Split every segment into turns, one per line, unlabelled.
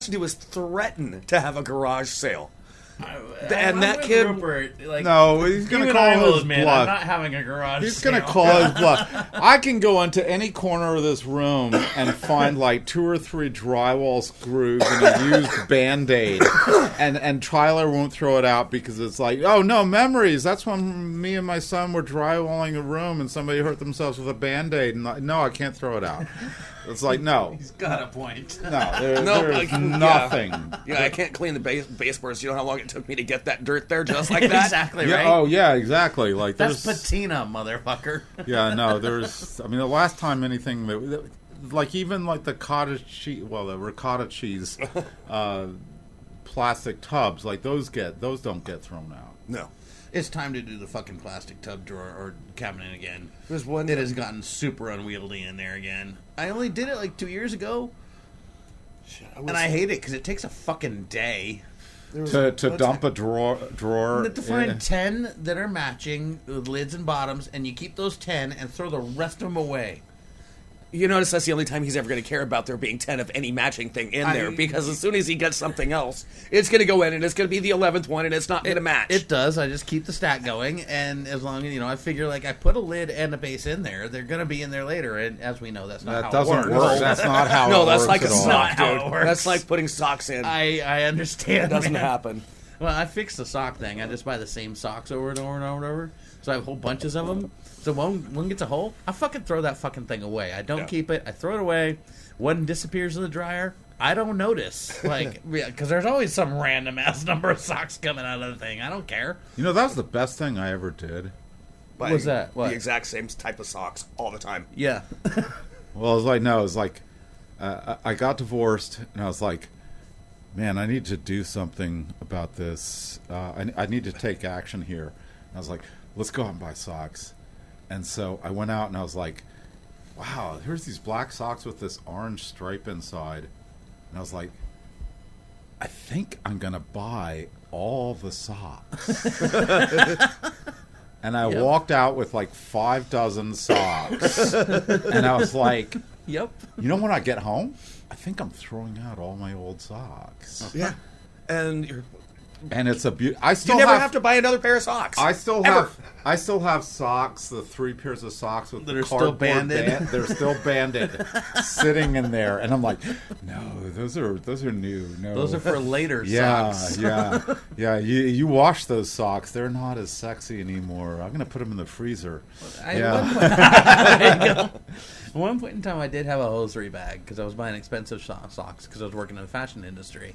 to do is threaten to have a garage sale.
I-
And
I'm
that
with
kid-
Rupert, like,
No, he's
you
gonna
and
call
I will
his
admit,
bluff.
I'm not having a garage.
He's gonna
sale.
call his bluff. I can go into any corner of this room and find like two or three drywall screws and a used band aid, and and Tyler won't throw it out because it's like, oh no, memories. That's when me and my son were drywalling a room and somebody hurt themselves with a band aid, and like, no, I can't throw it out. It's like no,
He's got a point.
no, there,
No,
there's
I- yeah.
nothing.
Yeah, I can't clean the base- baseboards. You know how long it took me to get that dirt there just like that?
exactly
Yeah,
right.
Oh yeah, exactly. Like
That's
there's
patina, motherfucker.
yeah, no, there's. I mean, the last time anything that, like even like the cottage cheese, well, the ricotta cheese, uh, plastic tubs, like those get those don't get thrown out.
No.
It's time to do the fucking plastic tub drawer or cabinet again.
There's one-
It has gotten super unwieldy in there again. I only did it like two years ago, and I hate it because it takes a fucking day.
To to dump a drawer drawer.
to find
in-
ten that are matching with lids and bottoms, and you keep those ten and throw the rest of them away.
You notice that's the only time he's ever going to care about there being 10 of any matching thing in
I-
there because as soon as he gets something else, it's going to go in and it's going to be the 11th one and it's not going to match.
It does. I just keep the stack going, and as long as you know, I figure like I put a lid and a base in there, they're gonna be in there later. And as we know, that's not how
that
it
doesn't
works.
work. That's not how.
no,
Oh, it
that's
works
like
at
a
all.
sock,
Not how it
dude.
works.
That's like putting socks in.
I I understand.
it doesn't
man.
happen.
Well, I fixed the sock thing. I just buy the same socks over and over and over and over. So I have whole bunches of them. So one one gets a hole. I fucking throw that fucking thing away. I don't
Yeah.
keep it. I throw it away. One disappears in the dryer. I don't notice, like, because there's always some random ass number of socks coming out of the thing. I don't care.
You know, that was the best thing I ever did.
What
was that? What?
The exact same type of socks all the time.
Yeah,
Well, it was like no, it was like uh, I I got divorced, and I was like, man, I need to do something about this. Uh, I, I need to take action here. And I was like, let's go out and buy socks. And so I went out, and I was like, wow, here's these black socks with this orange stripe inside, and I was like. I think I'm gonna buy all the socks. and I walked out with like five dozen socks. and I was like,
yep.
you know when I get home? I think I'm throwing out all my old socks.
Yeah. And you're,
And it's a beautiful. I
you
still
never
have,
have to buy another pair of socks.
I still
Ever.
have. I still have socks. The three pairs of socks with
That
the
are still
cardboard
banded.
band- they're still banded, sitting in there. And I'm like, no, those are those are new. No,
Those are for later
Yeah,
socks.
yeah, yeah. You you wash those socks. They're not as sexy anymore. I'm gonna put them in the freezer.
I-
yeah,
At one point in time, I did have a hosiery bag because I was buying expensive so- socks because I was working in the fashion industry,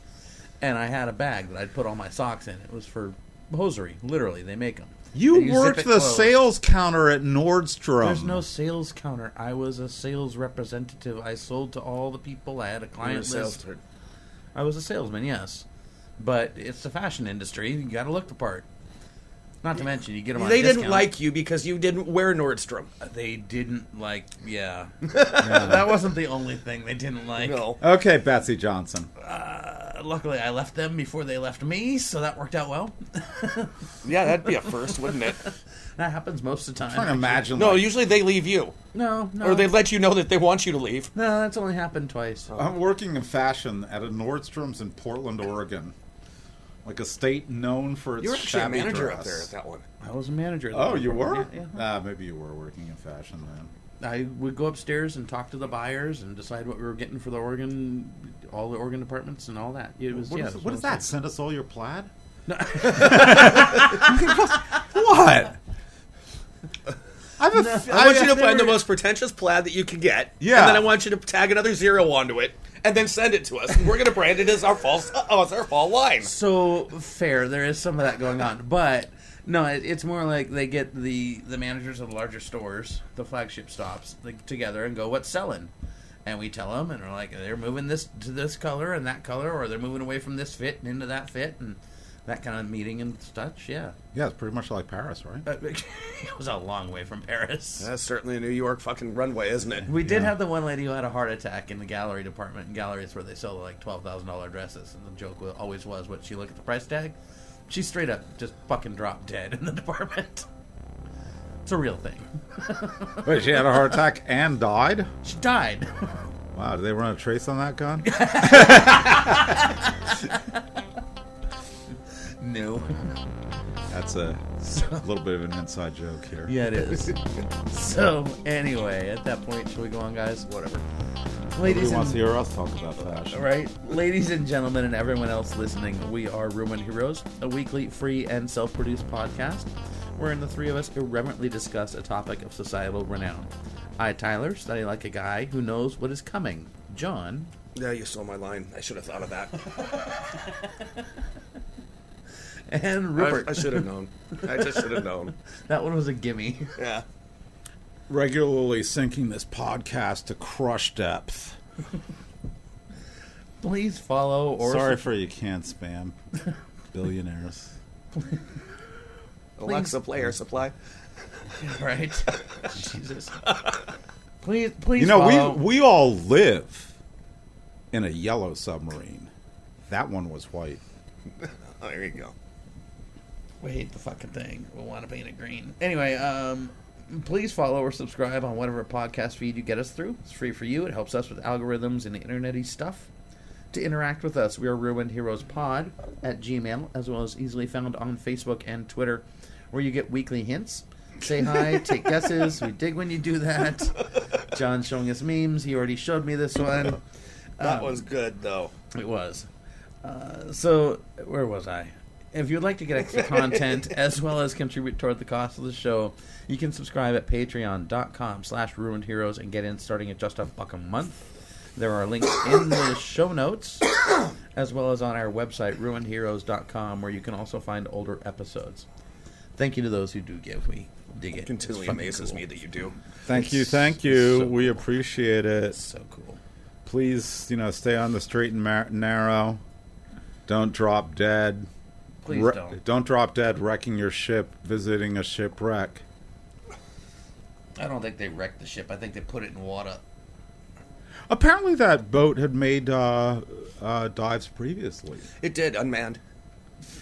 and I had a bag that I'd put all my socks in. It was for hosiery, literally. They make them.
you,
zip
worked
it
the
closed.
sales counter at Nordstrom.
There's no sales counter. I was a sales representative. I sold to all the people. I had a
You're a
client list.
salesman.
I was a salesman, yes, but it's the fashion industry. You got to look the part. Not to mention, you get them. on
They didn't
discount.
like you because you didn't wear Nordstrom.
They didn't like. Yeah, that wasn't the only thing they didn't like. Uh,
No.
Okay, Betsy Johnson.
Luckily, I left them before they left me, so that worked out well.
Yeah, that'd be a first, wouldn't it?
That happens most of the
I can
time.
imagine.
No,
like,
usually they leave you.
No, no.
Or they let you know that they want you to leave.
no, that's only happened twice.
I'm working in fashion at a Nordstrom's in Portland, Oregon, like a state known for its
You were actually a
shabby
manager
dress.
up there at that one.
I was a manager. at the
Oh, you were?
company. Yeah,
Ah, maybe you were working in fashion then.
yeah. I would go upstairs and talk to the buyers and decide what we were getting for the Oregon, all the Oregon departments and all that. It was
What
yeah.
is-
it was
what is
one
that?
of those
Send us all your plaid?
No.
what? I have a. f-
I want you to
I've
find the
never-
most pretentious plaid that you can get.
Yeah.
And then I want you to tag another zero onto it and then send it to us. We're going to brand it as our false, oh, it's our fall line.
so fair. There is some of that going on, but no, it, it's more like they get the the managers of the larger stores, the flagship stops, like, together and go, "What's selling?" And we tell them, and they're like, "They're moving this to this color and that color, or they're moving away from this fit and into that fit, and that kind of meeting and such." Yeah,
Yeah, it's pretty much like Paris, right?
But it was a long way from Paris.
That's certainly a New York fucking runway, isn't it?
We did have the one lady who had a heart attack in the gallery department. And galleries where they sell like twelve thousand dollar dresses, and the joke wa- always was, "What she look at the price tag?" She straight up just fucking dropped dead in the department. It's a real thing.
Wait, she had a heart attack and died.
She died.
Wow, did they run a trace on that gun? That's a little bit of an inside joke here.
Yeah, it is. so, anyway, at that point, shall we go on, guys? Whatever. Ladies
Nobody wants to
and,
hear us talk about fashion.
right? Ladies and gentlemen, and everyone else listening, we are Ruin Heroes, a weekly free and self produced podcast wherein the three of us irreverently discuss a topic of societal renown. I, Tyler, study like a guy who knows what is coming. John.
Yeah, you stole my line. I should have thought of that.
And
I,
Rupert.
I should have known. I just should have known.
that one was a gimme.
Yeah.
Regularly sinking this podcast to crush depth.
Please follow or
Sorry for you can't spam, billionaires.
Alexa, play air supply.
right? Jesus. Please, please.
You know,
follow.
we we all live in a yellow submarine. That one was white.
Oh, there you go.
we hate the fucking thing. We want to paint it green. Anyway, um, please follow or subscribe on whatever podcast feed you get us through. It's free for you. It helps us with algorithms and internety stuff. To interact with us, we are Ruined Heroes Pod at Gmail, as well as easily found on Facebook and Twitter, where you get weekly hints. Say hi, take guesses. We dig when you do that. John's showing us memes. He already showed me this one.
That one's good, though.
It was. Uh, so, where was I? If you'd like to get extra content as well as contribute toward the cost of the show, you can subscribe at patreon.com slash ruined heroes and get in starting at just a buck a month. There are links in the show notes as well as on our website, ruinedheroes.com, where you can also find older episodes. Thank you to those who do give. We dig it. It's
Continually
fucking
amazes
cool.
me that you do.
Thank you,
It's-
thank you.
so
we appreciate it.
So cool.
Please, you know, stay on the straight and mar- narrow. Don't drop dead.
Please
Wre-
don't.
drop dead. Wrecking your ship, visiting a shipwreck.
I don't think they wrecked the ship. I think they put it in water.
Apparently, that boat had made uh, uh, dives previously.
It did unmanned.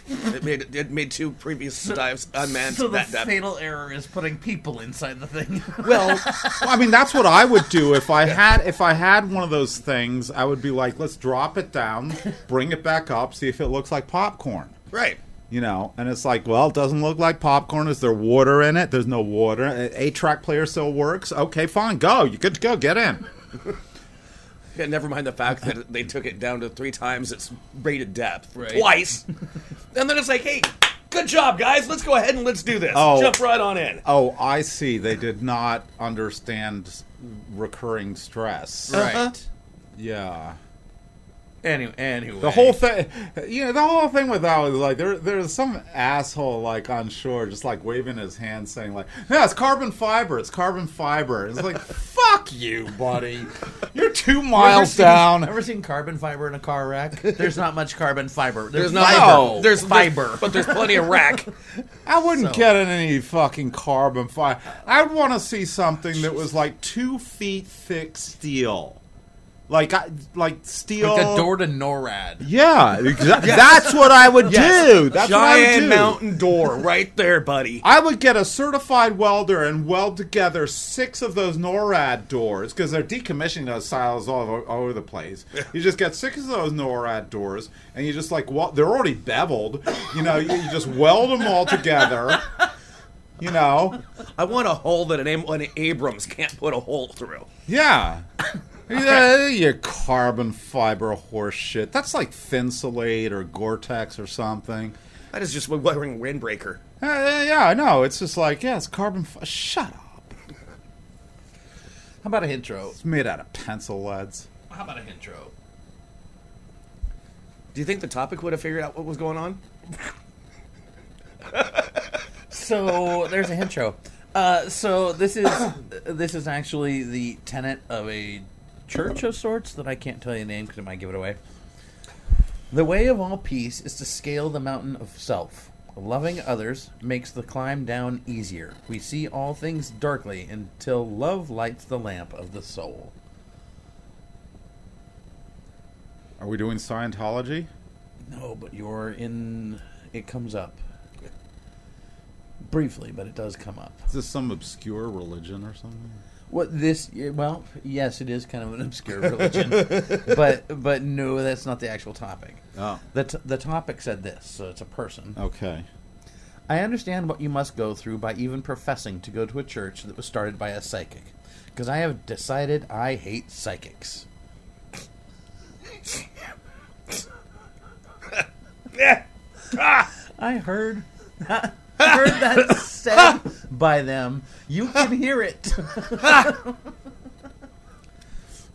It made it made two previous dives unmanned.
So the
that, that-
fatal error is putting people inside the thing.
well,
Well, I mean, that's what I would do if I had if I had one of those things. I would be like, let's drop it down, bring it back up, see if it looks like popcorn.
right.
You know, and it's like, well, it doesn't look like popcorn. Is there water in it? There's no water. A track player still works. Okay, fine. Go. You good to go. Get in.
Yeah, never mind the fact that they took it down to three times its rated depth,
Right.
twice, and then it's like, hey, good job, guys. Let's go ahead and let's do this.
Oh.
Jump right on in.
Oh, I see. They did not understand recurring stress.
right.
Yeah.
Anyway, anyway.
The whole thing, you know, the whole thing with that was like there, there's some asshole like on shore just like waving his hand, saying like, "No, it's carbon fiber. It's carbon fiber." It's like, "Fuck you, buddy. You're two miles down."
Ever seen carbon fiber in a car wreck? There's not much carbon fiber. There's,
There's not-
fiber.
No.
There's fiber.
But there's plenty of rack.
I wouldn't
So-
get in any fucking carbon fiber. I'd want to see something that was like two feet thick steel, like I, like steel.
like the door to NORAD.
Yeah, exa- that's what I would do. That's what I would
Giant
do.
mountain door right there, buddy.
I would get a certified welder and weld together six of those NORAD doors because they're decommissioning those silos all over, all over the place. You just get six of those NORAD doors, and you just like well, they're already beveled. You know, you, you just weld them all together. You know,
I want a hole that an, Am- an Abrams can't put a hole through.
yeah. Yeah, you carbon fiber horse shit. That's like Thinsulate or Gore-Tex or something.
That is just wearing windbreaker.
Uh, yeah, I know. It's just like, yeah, it's carbon. Fi- Shut up.
How about a intro?
It's made out of pencil leads.
How about a intro?
Do you think the topic would have figured out what was going on?
So there's a intro. Uh, so this is this is actually the tenet of a church of sorts that I can't tell you the name because it might give it away. The way of all peace is to scale the mountain of self. Loving others makes the climb down easier. We see all things darkly until love lights the lamp of the soul.
Are we doing Scientology?
No, but you're in. It comes up briefly, but it does come up.
Is this some obscure religion or something?
What this? Well, yes, it is kind of an obscure religion, but but no, that's not the actual topic.
Oh,
the t- The topic said this, so it's a person.
okay.
I understand what you must go through by even professing to go to a church that was started by a psychic, because I have decided I hate psychics. I heard that, heard that said by them. You can hear it.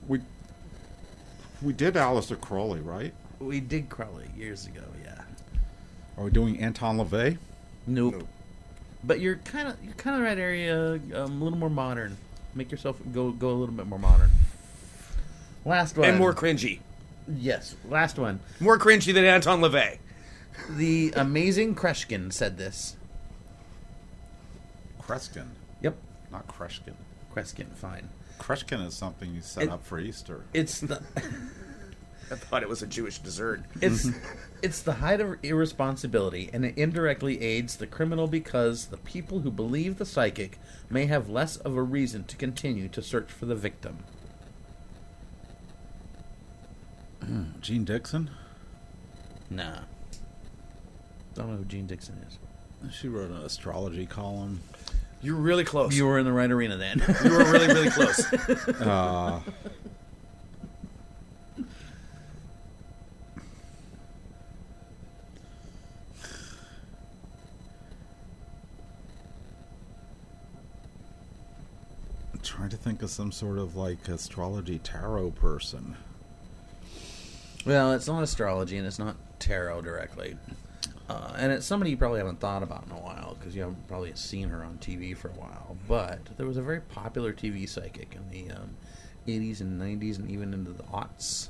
We we did Alistair Crowley, right?
we did Crowley years ago, yeah.
Are we doing Anton LaVey?
Nope. But you're kind of you're kind of right area, um, a little more modern. Make yourself go go a little bit more modern. Last one.
and more cringy,
yes, last one.
more cringy than Anton Levey.
The amazing Kreshkin said this.
Kreskin,
Yep,
not Kreshkin.
Kreshkin, fine.
Kreshkin is something you set
It-
up for Easter.
It's the
I thought it was a Jewish dessert.
it's it's the height of irresponsibility, and it indirectly aids the criminal because the people who believe the psychic may have less of a reason to continue to search for the victim.
Gene Dixon?
Nah, don't know who Gene Dixon is.
She wrote an astrology column.
You're really close.
You
You
were in the right arena then.
were, really, really close.
Uh, I'm trying to think of some sort of like astrology tarot person.
well, it's not astrology and it's not tarot directly. Uh, and it's somebody you probably haven't thought about in a while because you haven't probably seen her on TV for a while. But there was a very popular TV psychic in the um, 80s and 90s and even into the aughts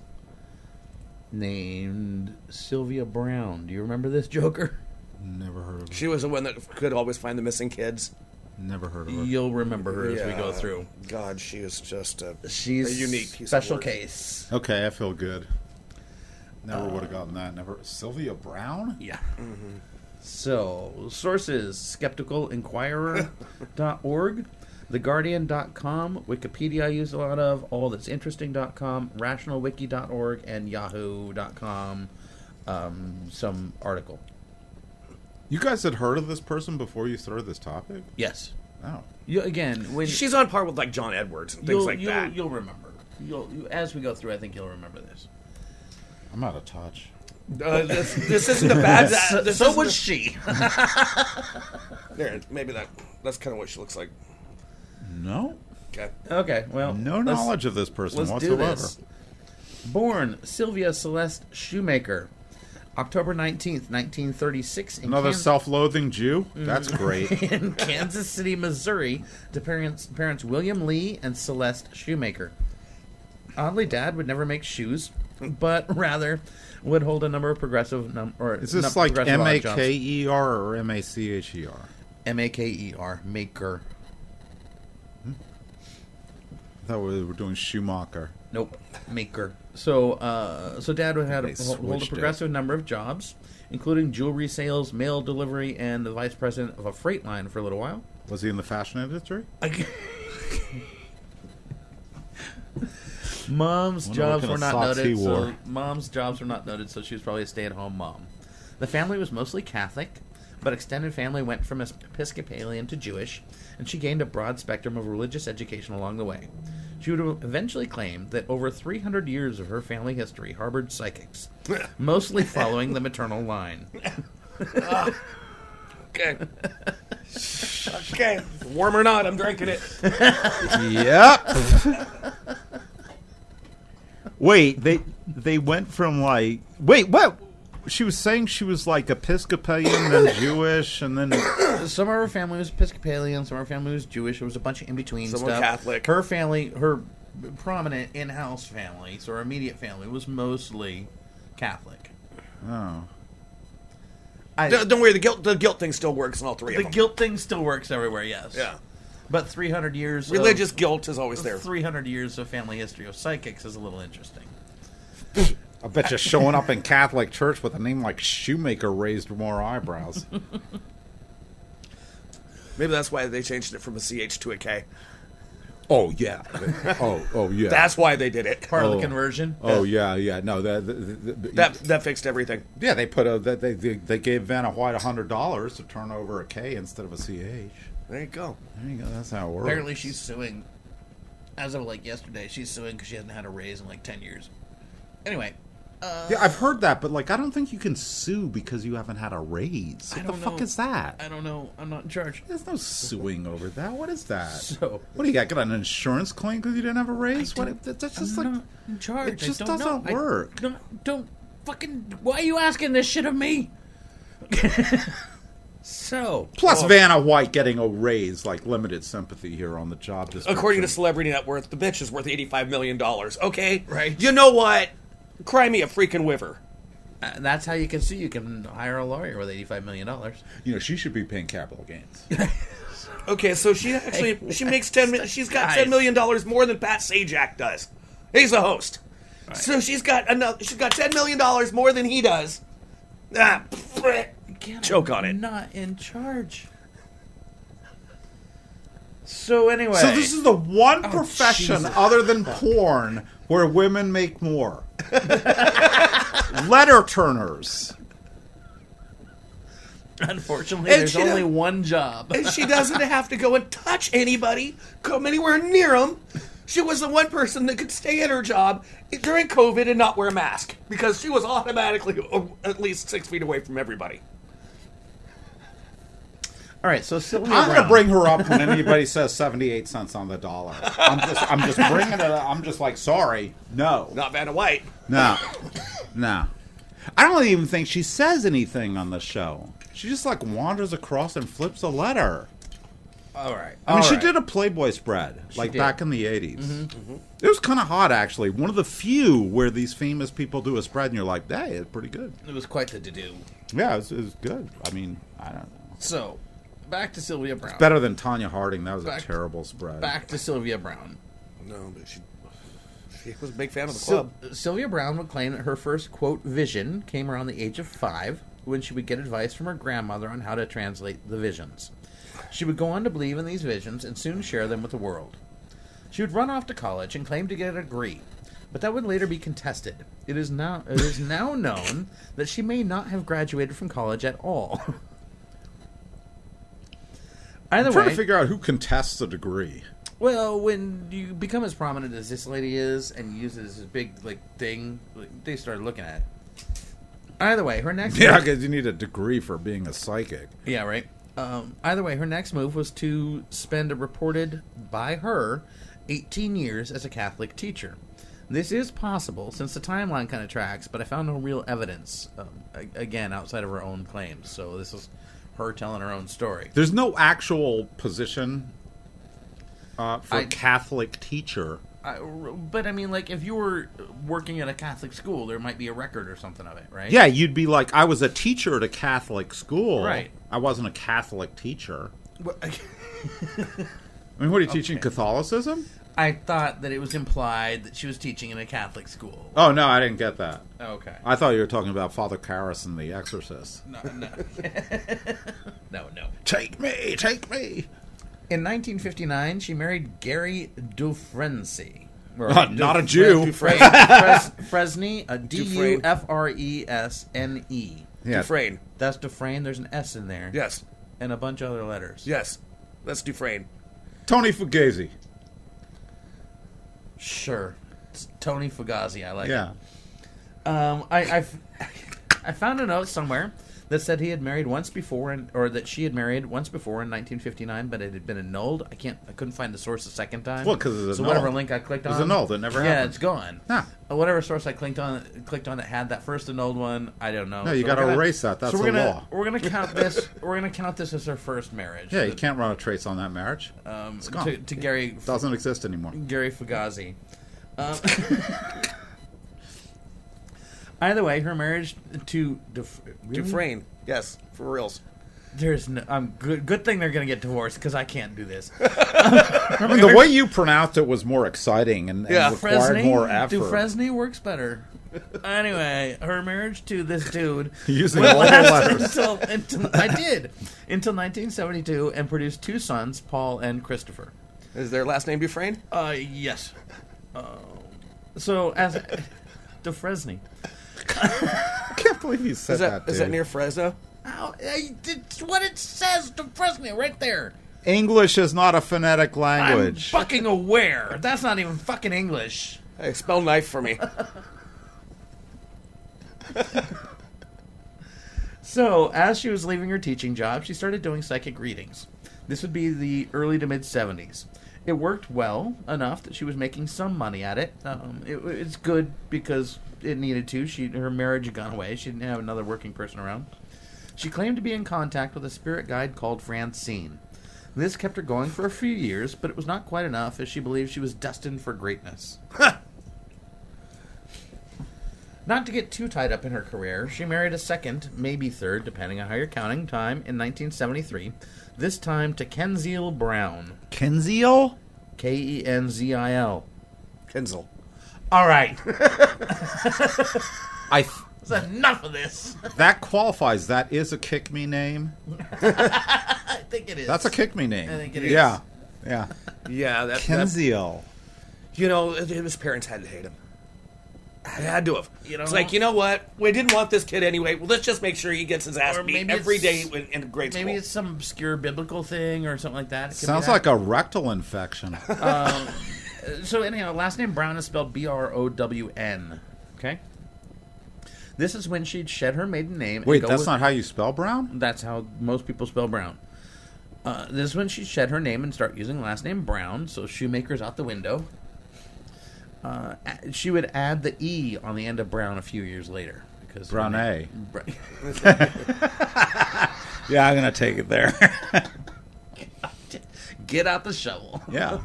named Sylvia Brown. Do you remember this Joker?
Never heard of her.
She was the one that could always find the missing kids.
Never heard of her.
You'll remember her as we go through.
God, she is just a
She's
a unique piece
special
of work.
case.
Okay, I feel good. Never would have gotten that. Never. Sylvia Brown?
Yeah. Mm-hmm. So, sources skepticalenquirer.org, theguardian.com, Wikipedia I use a lot of, allthat'sinteresting.com, rationalwiki.org, and yahoo.com. Um, some article.
You guys had heard of this person before you started this topic?
Yes.
No.
You, again, when
She's on par with like John Edwards and
you'll,
things like
you'll,
that.
you'll remember. You'll, you, as we go through, I think you'll remember this.
I'm out of touch.
Uh, this, this isn't a bad.
so
this
so
isn't
was
a-
she.
uh, There, maybe that. That's kind of what she looks like.
No.
Okay.
okay, well.
No
let's-
knowledge of this person
Let's do
whatsoever.
this. Born Sylvia Celeste Shoemaker, October 19th, 1936, in,
Another
Kan-
self-loathing Jew?
Mm.
That's great.
in Kansas City, Missouri, to parents, parents William Lee and Celeste Shoemaker. Oddly, Dad would never make shoes, but rather would hold a number of progressive num- or
Is this
num-
like
progressive
M A
odd jobs.
K E R or M A C H E R?
M A K E R maker?
I thought we were doing Schumacher.
Nope, maker. So, uh, so dad would had a,
They
hold hold a
switched it.
progressive number of jobs, including jewelry sales, mail delivery, and the vice president of a freight line for a little while.
Was he in the fashion industry?
mom's
Wonder what
jobs
kind
were
of
not
socks he
noted. So
wore.
mom's jobs were not noted, so she was probably a stay-at-home mom. The family was mostly Catholic, but extended family went from es- Episcopalian to Jewish, and she gained a broad spectrum of religious education along the way. She would eventually claim that over 300 years of her family history harbored psychics, mostly following the maternal line.
Okay. okay. Warm or not, I'm drinking it.
yep. wait, they they went from like wait what? She was saying she was like Episcopalian, then Jewish, and then
some of her family was Episcopalian, some of her family was Jewish. There was a bunch of in between
Some
stuff.
were Catholic.
Her family, her prominent in-house family, so her immediate family was mostly Catholic.
oh,
I,
Don't, don't worry. The guilt. The guilt thing still works in all three
the
of them.
guilt thing still works everywhere. Yes.
Yeah.
But 300 years
Religious
of,
guilt is always there.
300 years of family history of psychics is a little interesting.
I bet you showing up in Catholic church with a name like Shoemaker raised more eyebrows.
Maybe that's why they changed it from a CH to a K.
Oh yeah. oh oh yeah.
That's why they did it.
Part of
Oh.
the conversion.
Oh yeah, yeah. No, that, that,
That that fixed everything.
yeah, they put a that they they, they gave Vanna White a hundred dollars to turn over a K instead of a CH. There
There you go.
you go. That's how it works.
Apparently, she's suing. As of like yesterday, she's suing because she hasn't had a raise in like ten years. Anyway,
Yeah, I've heard that, but like, I don't think you can sue because you haven't had a raise.
I
What the
don't
fuck
know.
is that?
I don't know. I'm not in charge.
There's no suing over that. What is that?
So-
what do you got? Got an insurance claim because you didn't have a raise? What?
don't-
that- That's
I'm
just like
not in charge.
It just
I don't
doesn't
know. I
work.
don't, don't fucking. Why are you asking this shit of me? so
Plus, Vanna White getting a raise like limited sympathy here on the job. Description.
According to Celebrity Net Worth, the bitch is worth eighty-five million dollars. Okay,
Right.
You know what? Cry me a freaking whiver.
uh, that's how you can see you can hire a lawyer with eighty-five million dollars.
you know, she should be paying capital gains.
Okay, so she actually she makes ten. mi- She's got
Guys.
ten million dollars more than Pat Sajak does. He's the host, so she's got another. She's got ten million dollars more than he does. Ah, pfft. choke on it.
Not in charge. So anyway,
So this is the one profession
Jesus.
other than porn where women make more. Letter turners.
unfortunately,
And
there's
she don't-
only one job.
And she doesn't have to go and touch anybody, come anywhere near him. She was the one person that could stay at her job during COVID and not wear a mask because she was automatically uh, at least six feet away from everybody.
All right, so Sylvia
I'm
Brown.
gonna bring her up when anybody says seventy-eight cents on the dollar. I'm just, I'm just bringing it. up. I'm just like, sorry, no,
Not Vanna White.
no, no. I don't even think she says anything on the show. She just like wanders across and flips a letter.
All right.
I
All
mean, she
right.
did a Playboy spread like
did.
back in the 80s It was kind of hot, actually. One of the few where these famous people do a spread, and you're like, "Hey, it's pretty good."
It was quite the to-do.
Yeah, it was, it was good. I mean, I don't know.
So, back to Sylvia Brown.
Better than Tanya Harding. That was
Back-
a terrible spread.
back to Sylvia Brown.
No, but she she was a big fan of the
Syl- Sylvia Brown would claim that her first quote vision came around the age of five when she would get advice from her grandmother on how to translate the visions. She would go on to believe in these visions and soon share them with the world. She would run off to college and claim to get a degree, but that would later be contested. It is now it is now known that she may not have graduated from college at all. Either
I'm trying
way,
to figure out who contests a degree.
Well, when you become as prominent as this lady is and you use it as a big like thing, like, they start looking at it. Either way, her next
Yeah,
move,
because you need a degree for being a psychic.
yeah right. Um, either way, her next move was to spend a reported by her 18 years as a Catholic teacher. This is possible since the timeline kind of tracks, but I found no real evidence um, a- again outside of her own claims. So this is her telling her own story.
There's no actual position uh, for
I-
Catholic teacher.
I, but I mean, like, if you were working at a Catholic school, there might be a record or something of it, right?
Yeah, you'd be like, I was a teacher at a Catholic school.
Right.
I wasn't a Catholic teacher.
Well,
I mean, what are you teaching? Catholicism?
I thought that it was implied that she was teaching in a Catholic school.
Oh no, I didn't get that.
Okay.
I thought you were talking about Father Karras and The Exorcist.
No, no. no, no.
Take me, take me.
In 1959, she married Gary Dufresne. Or
Not a Jew.
Dufresne. Fres- Fresne, a D U
Dufresne.
F R E S N E.
Yeah.
Dufresne.
That's Dufresne. There's an S in there.
Yes.
And a bunch of other letters.
Yes. That's Dufresne.
Tony Fugazi.
Sure. It's Tony Fugazi. I like it.
Yeah.
Um, I, I've, I found a note somewhere that said he had married once before, and or that she had married once before in 1959, but it had been annulled. I can't, I couldn't find the source the second time.
Well, 'cause it's
so whatever
annulled.
link I clicked
It
on,
was annulled. It never
yeah,
happened.
it's gone.
Huh.
Uh, Whatever source I clicked on, clicked on that had that first annulled one, I don't know.
No, you
we're
gotta
gonna-
erase that. That's
so we're
the
gonna,
law.
We're gonna count this. we're gonna count this as her first marriage.
Yeah, you can't run a trace on that marriage.
um,
gone.
to, to Gary
Doesn't exist anymore.
Gary Fugazi. Um, either way, her marriage to Duf- really?
Dufresne. Yes. For reals.
There's no. I'm good. Good thing they're gonna get divorced because I can't do this.
I mean, the way you pronounced it was more exciting and, and
Yeah.
required
Fresney,
more effort.
Dufresne works better. Anyway, her marriage to this dude
Using all the letters.
until, until I did until 1972 and produced two sons, Paul and Christopher.
Is their last name Dufresne?
Uh, yes. Um, so as Defresny,
I can't believe you said
Is that is that
dude.
near Fresno?
How, I, it's what it says to Fresno right there.
English is not a phonetic language.
I'm fucking aware. That's not even fucking English.
Hey, spell knife for me.
So, as she was leaving her teaching job, she started doing psychic readings. This would be the early to mid 70s. It worked well enough that she was making some money at it. Um, it it's good because it needed to. She her marriage had gone away. She didn't have another working person around. She claimed to be in contact with a spirit guide called Francine. This kept her going for a few years, but it was not quite enough, as she believed she was destined for greatness. Not to get too tied up in her career, she married a second, maybe third, depending on how you're counting, time in 1973. This time to Kenziel Brown.
Kinziel?
K E N Z I L.
Kinzel.
All right.
I th-
That's enough of this.
that qualifies. That is a kick me name.
I think it is.
That's a kick me name.
I think it is.
Yeah, yeah.
Yeah, that, that
Kinziel.
you know his parents had to hate him. They had to have. You
You know-
know, it's like you know what? We didn't want this kid anyway. Well, let's just make sure he gets his ass
Or
beat
maybe
every day
it's-
in, in grade
Maybe
school.
it's some obscure biblical thing or something like that. It could be
Sounds
that.
like a rectal infection.
So anyhow, last name Brown is spelled B R O W N. Okay. This is when she'd shed her maiden name. and
Wait,
go
that's
with-
not how you spell Brown.
That's how most people spell Brown. Uh, this is when she shed her name and start using last name Brown, so shoemaker's out the window. Uh, a- she would add the E on the end of Brown a few years later. because her
Brown
name-
A.
Br-
Yeah, I'm gonna take it there.
Get out the shovel.
yeah.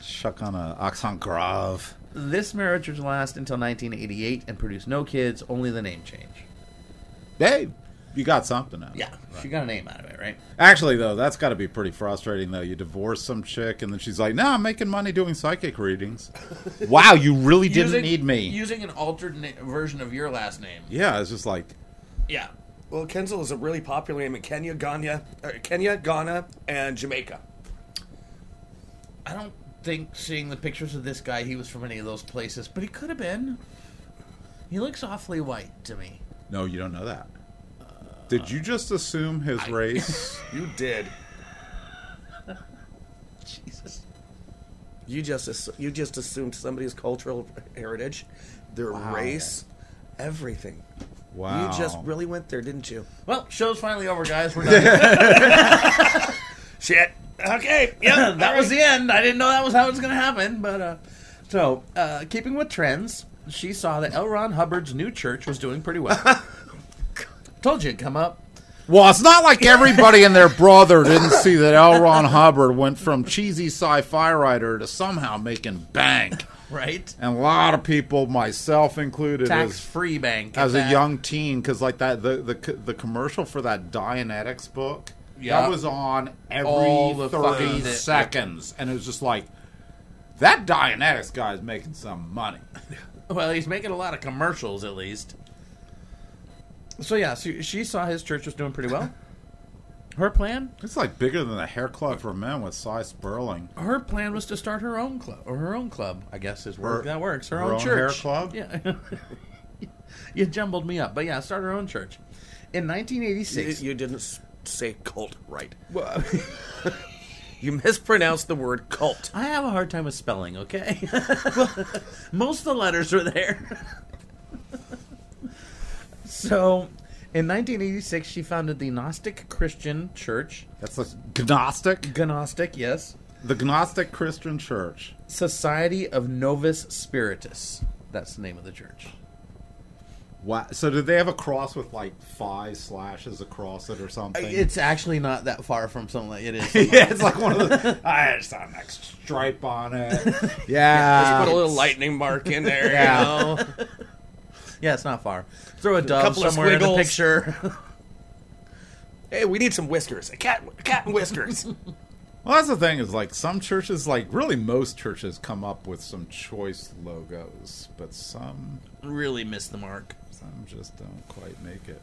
Shuck on a accent grave.
This marriage would last until 1988 and produce no kids, only the name change.
Hey, you got something out. of it.
Yeah, she got a name out of it, right?
Actually, though, that's got to be pretty frustrating. Though you divorce some chick, and then she's like, "No, I'm making money doing psychic readings." wow, you really didn't
Using-
need me.
Using an altered na- version of your last name.
yeah, it's just like
Yeah.
well, Kinzel is a really popular name in Kenya, Ghana, er, Kenya, Ghana, and Jamaica.
I don't think seeing the pictures of this guy, he was from any of those places, but he could have been. He looks awfully white to me.
No, you don't know that. Did you just assume his race?
You did.
Jesus.
You just ass- you just assumed somebody's cultural heritage, their race, everything.
Wow.
You just really went there, didn't you?
Well, show's finally over, guys. We're done.
Shit. Okay. Yeah.
that was the end. I didn't know that was how it was going to happen, but uh, so uh, keeping with trends, she saw that L. Ron Hubbard's new church was doing pretty well. Told you it'd come up.
Well, it's not like everybody and their brother didn't see that L. Ron Hubbard went from cheesy sci-fi writer to somehow making bank,
Right.
and a lot of people, myself included,
Tax
as,
free bank.
as a
That-
young teen, because like that the, the co- the commercial for that Dianetics book
Yeah.
that was on every
All the
thirty
fucking-
seconds, and it was just like that Dianetics guy is making some money.
Well, he's making a lot of commercials, at least. So yeah, so she saw his church was doing pretty well. Her plan,
It's like bigger than the hair club for men with Cy Sperling.
her plan was to start her own club, or her own club, I guess is where
Her-
that works. Her,
her
own,
own
church,
hair club?
Yeah, you jumbled me up, but yeah, start her own church in
You,
1986.
you didn't s- say cult right. you mispronounced the word cult.
I have a hard time with spelling, okay? Most of the letters are there. so, in 1986, she founded the Gnostic Christian Church.
That's a Gnostic.
Gnostic, yes.
The Gnostic Christian Church.
Society of Novus Spiritus. That's the name of the church.
Wow. So did they have a cross with like five slashes across it or something?
It's actually not that far from something like it is.
yeah, it's like one of the. I just saw an extra stripe on it.
Just
Yeah.
put a little lightning mark in there.
Yeah.
You know?
yeah, it's not far. Throw a dove
couple of
somewhere in the
squiggles.
picture.
Hey, we need some whiskers. A cat, a cat and whiskers.
well, that's the thing is like some churches, like really most churches, come up with some choice logos, but some
really missed the mark.
some just don't quite make it.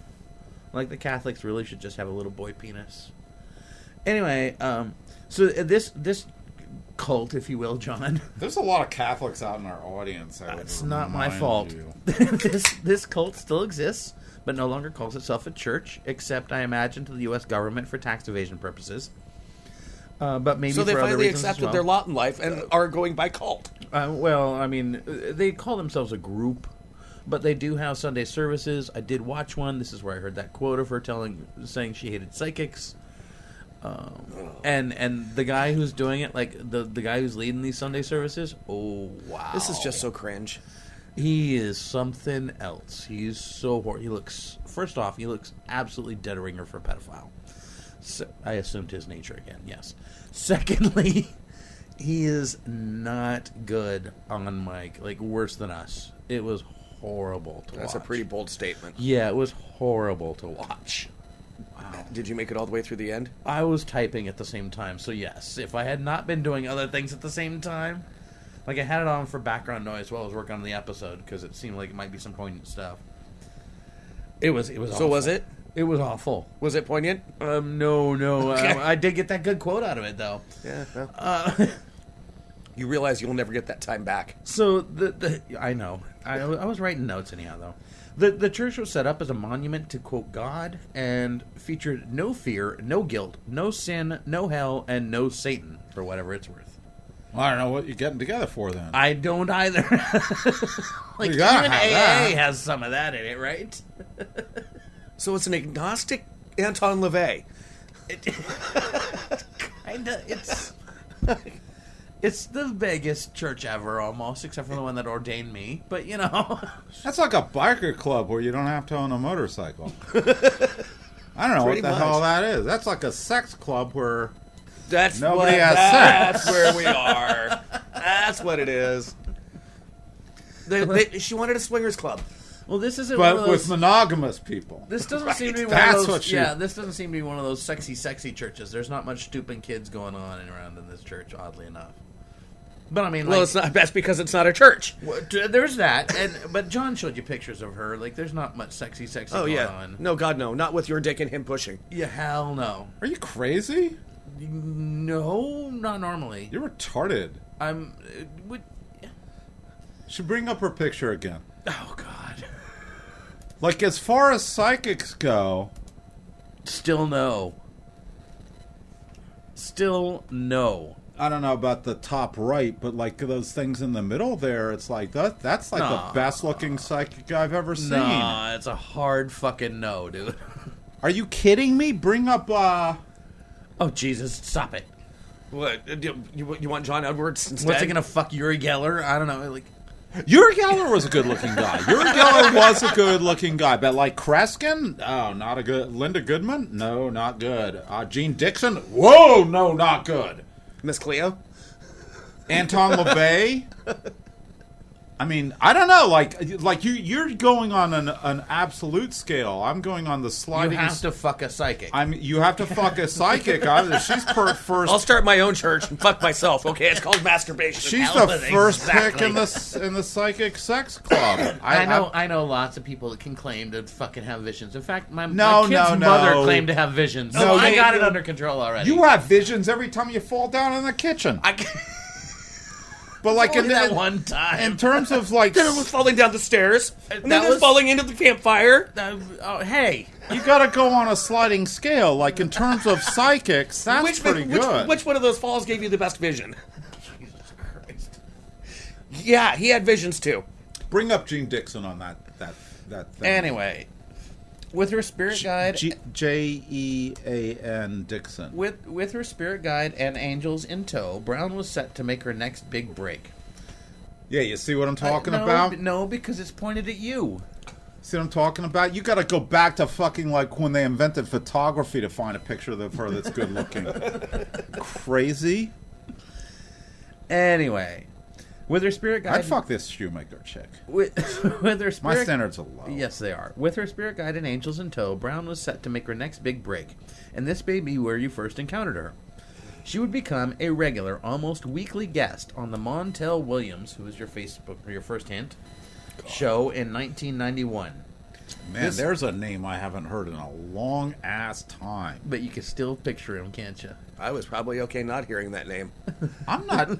Like the Catholics really should just have a little boy penis. Anyway, um, so this this cult, if you will, John,
There's a lot of Catholics out in our audience. I would
It's not my
remind
fault.
you.
this this cult still exists, but no longer calls itself a church, except I imagine to the U.S. government for tax evasion purposes. Uh, but maybe
So they
for other
finally
reasons as
accepted
well.
their lot in life and are going by cult.
Uh, well, I mean, uh, they call themselves a group, but they do have Sunday services. I did watch one. This is where I heard that quote of her telling, saying she hated psychics. Um, and and the guy who's doing it, like the the guy who's leading these Sunday services, oh wow,
This is just so cringe.
he is something else. He's so hor. He looks first off, he looks absolutely dead ringer for a pedophile. So, I assumed his nature again. Yes. Secondly, he is not good on mic. Like worse than us. It was horrible to watch.
That's a pretty bold statement.
Yeah, it was horrible to watch.
Did you make it all the way through the end?
I was typing at the same time, so yes. If I had not been doing other things at the same time, like I had it on for background noise while I was working on the episode because it seemed like it might be some poignant stuff. It was. It was.
So was it?
It was awful.
Was it poignant?
Um. No. No.
Okay.
Um, I did get that good quote out of it though.
Yeah. Well. Uh, you realize you'll never get that time back.
So the, the I know I, I was writing notes anyhow though. The the church was set up as a monument to quote God and featured no fear, no guilt, no sin, no hell, and no Satan for whatever it's worth.
Well, I don't know what you're getting together for then.
I don't either. like
You
even
gotta
AA
have that.
has some of that in it, right?
So it's an agnostic Anton LaVey.
Kinda. It's it's the biggest church ever, almost, except for the one that ordained me. But you know,
That's like a biker club where you don't have to own a motorcycle. I don't know
Pretty
what the
much.
hell that is. That's like a sex club where
That's
Nobody
what,
has
That's where we are. That's what it is. They, they, she wanted a swingers club.
well, this isn't. one
but
of
with
those-
monogamous people.
This doesn't seem to be one
That's
of those.
what you-
yeah, this doesn't seem to be one of those sexy, sexy churches. There's not much stooping kids going on and around in this church, oddly enough. But I mean, like,
Well, it's not. That's because it's not a church.
w- d- there's that. And but John showed you pictures of her. Like, there's not much sexy, sexy
Oh
going
yeah.
on.
No, God, no. Not with your dick and him pushing.
Yeah, hell no.
Are you crazy?
No, not normally.
You're retarded.
I'm. uh, would-
Should bring up her picture again.
oh God.
Like as far as psychics go,
Still no. Still no.
I don't know about the top right, but like those things in the middle there, it's like that. That's like
Nah.
the best looking psychic I've ever seen.
Nah, it's a hard fucking no, dude.
Are you kidding me? Bring up uh
Oh Jesus, stop it.
What? uh, do You, you want John Edwards instead?
What's it gonna fuck Yuri Geller? I don't know. Like,
Yuri Geller was a good looking guy. Yuri Geller was a good looking guy, but like Kreskin, oh, not a good. Linda Goodman, no, not good. Uh, Gene Dixon, whoa, no, not good.
Miss Cleo?
Anton LaVey. I mean, I don't know. Like, like you, you're going on an, an absolute scale. I'm going on the
you
sliding.
have to fuck a psychic.
I'm. You have to fuck a psychic. I, she's per, first.
I'll start my own church and fuck myself. Okay, it's called masturbation.
she's
hell
the
with
first
exactly.
pick in the s- in the psychic sex club.
I, know. I, know lots of people that can claim to fucking have visions. In fact, my,
No,
my kid's
no, no.
mother claimed to have visions.
No,
so I
you-
got it under control already.
You have visions every time you fall down in the kitchen.
I,
But like in,
only that
in-
one
in
time.
terms of like,
Then it was falling down the stairs. And then
that
it was
was-
falling into the campfire.
Uh, oh, hey,
you gotta go on a sliding scale. Like in terms of psychics, that's
Which,
pretty
which,
good.
which one of those falls gave you the best vision? Yeah, he had visions too.
Bring up Gene Dixon on that that that thing.
anyway, with her spirit guide,
G- J E A N Dixon.
with with her spirit guide and angels in tow, Brown was set to make her next big break.
Yeah, you see what I'm talking
No,
about?
no, because it's pointed at you.
See what I'm talking about? You got to go back to fucking like when they invented photography to find a picture of her that's good looking. Crazy.
Anyway, with her spirit guide,
I'd fuck this shoemaker chick.
with, with her spirit.
My standards are low.
Yes, they are. With her spirit guide and angels in tow, Brown was set to make her next big break, and this may be where you first encountered her. She would become a regular, almost weekly guest on the Montel Williams, who was your Facebook, your first hint, show in 1991.
Man, there's a name I haven't heard in a long ass time.
But you can still picture him, can't you?
I was probably okay not hearing that name.
I'm not.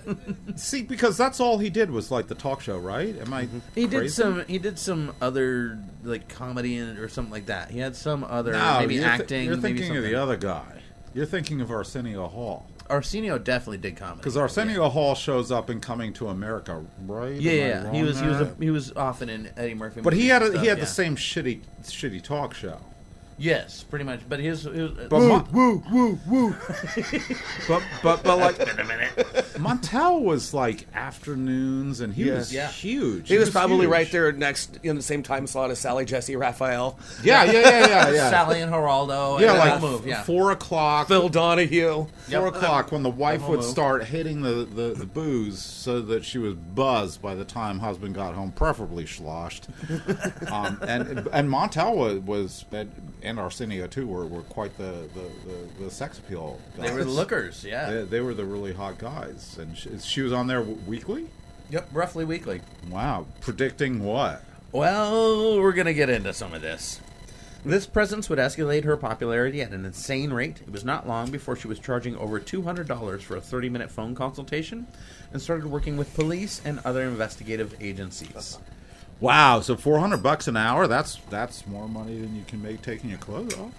see, because that's all he did was like the talk show, right? Am I?
He did
crazy?
some. He did some other like comedy and- or something like that. He had some other
No,
maybe
you're thi-
acting.
you're
maybe
thinking of the
something.
other guy. You're thinking of Arsenio Hall
Arsenio definitely did comedy
because Arsenio Hall shows up in Coming to America, right?
Yeah,
Am I
yeah, yeah. he
wrong
was he was
there?
a, he was often in Eddie Murphy.
but he
movies
had
and
a, he
stuff,
had
yeah.
the same shitty shitty talk show.
Yes, pretty much. But his, his
But my-
woo woo woo.
But but but like Montel was like afternoons, and he
Yeah.
was
Yeah.
huge.
He was probably
huge.
right there next in the same time slot as Sally, Jesse, Raphael,
Yeah, yeah, yeah, yeah, yeah.
Sally and Geraldo.
yeah,
and
like
that move. Yeah.
four o'clock.
Phil Donahue.
Four o'clock when the wife
whole
would
move.
start hitting the, the, the booze so that she was buzzed by the time husband got home, preferably sloshed. um, and and Montel was, was and, and Arsenio too were, were quite the, the, the, the sex appeal.
they were the
guys.
lookers. Yeah.
They, they were the really hot guys, and she, she was on there w- weekly.
Yep. Roughly weekly.
Wow, predicting what?
Well, we're going to get into some of this. This presence would escalate her popularity at an insane rate. It was not long before she was charging over $200 for a 30 minute phone consultation and started working with police and other investigative agencies.
Wow, so four hundred bucks an hour—that's that's more money than you can make taking your clothes off.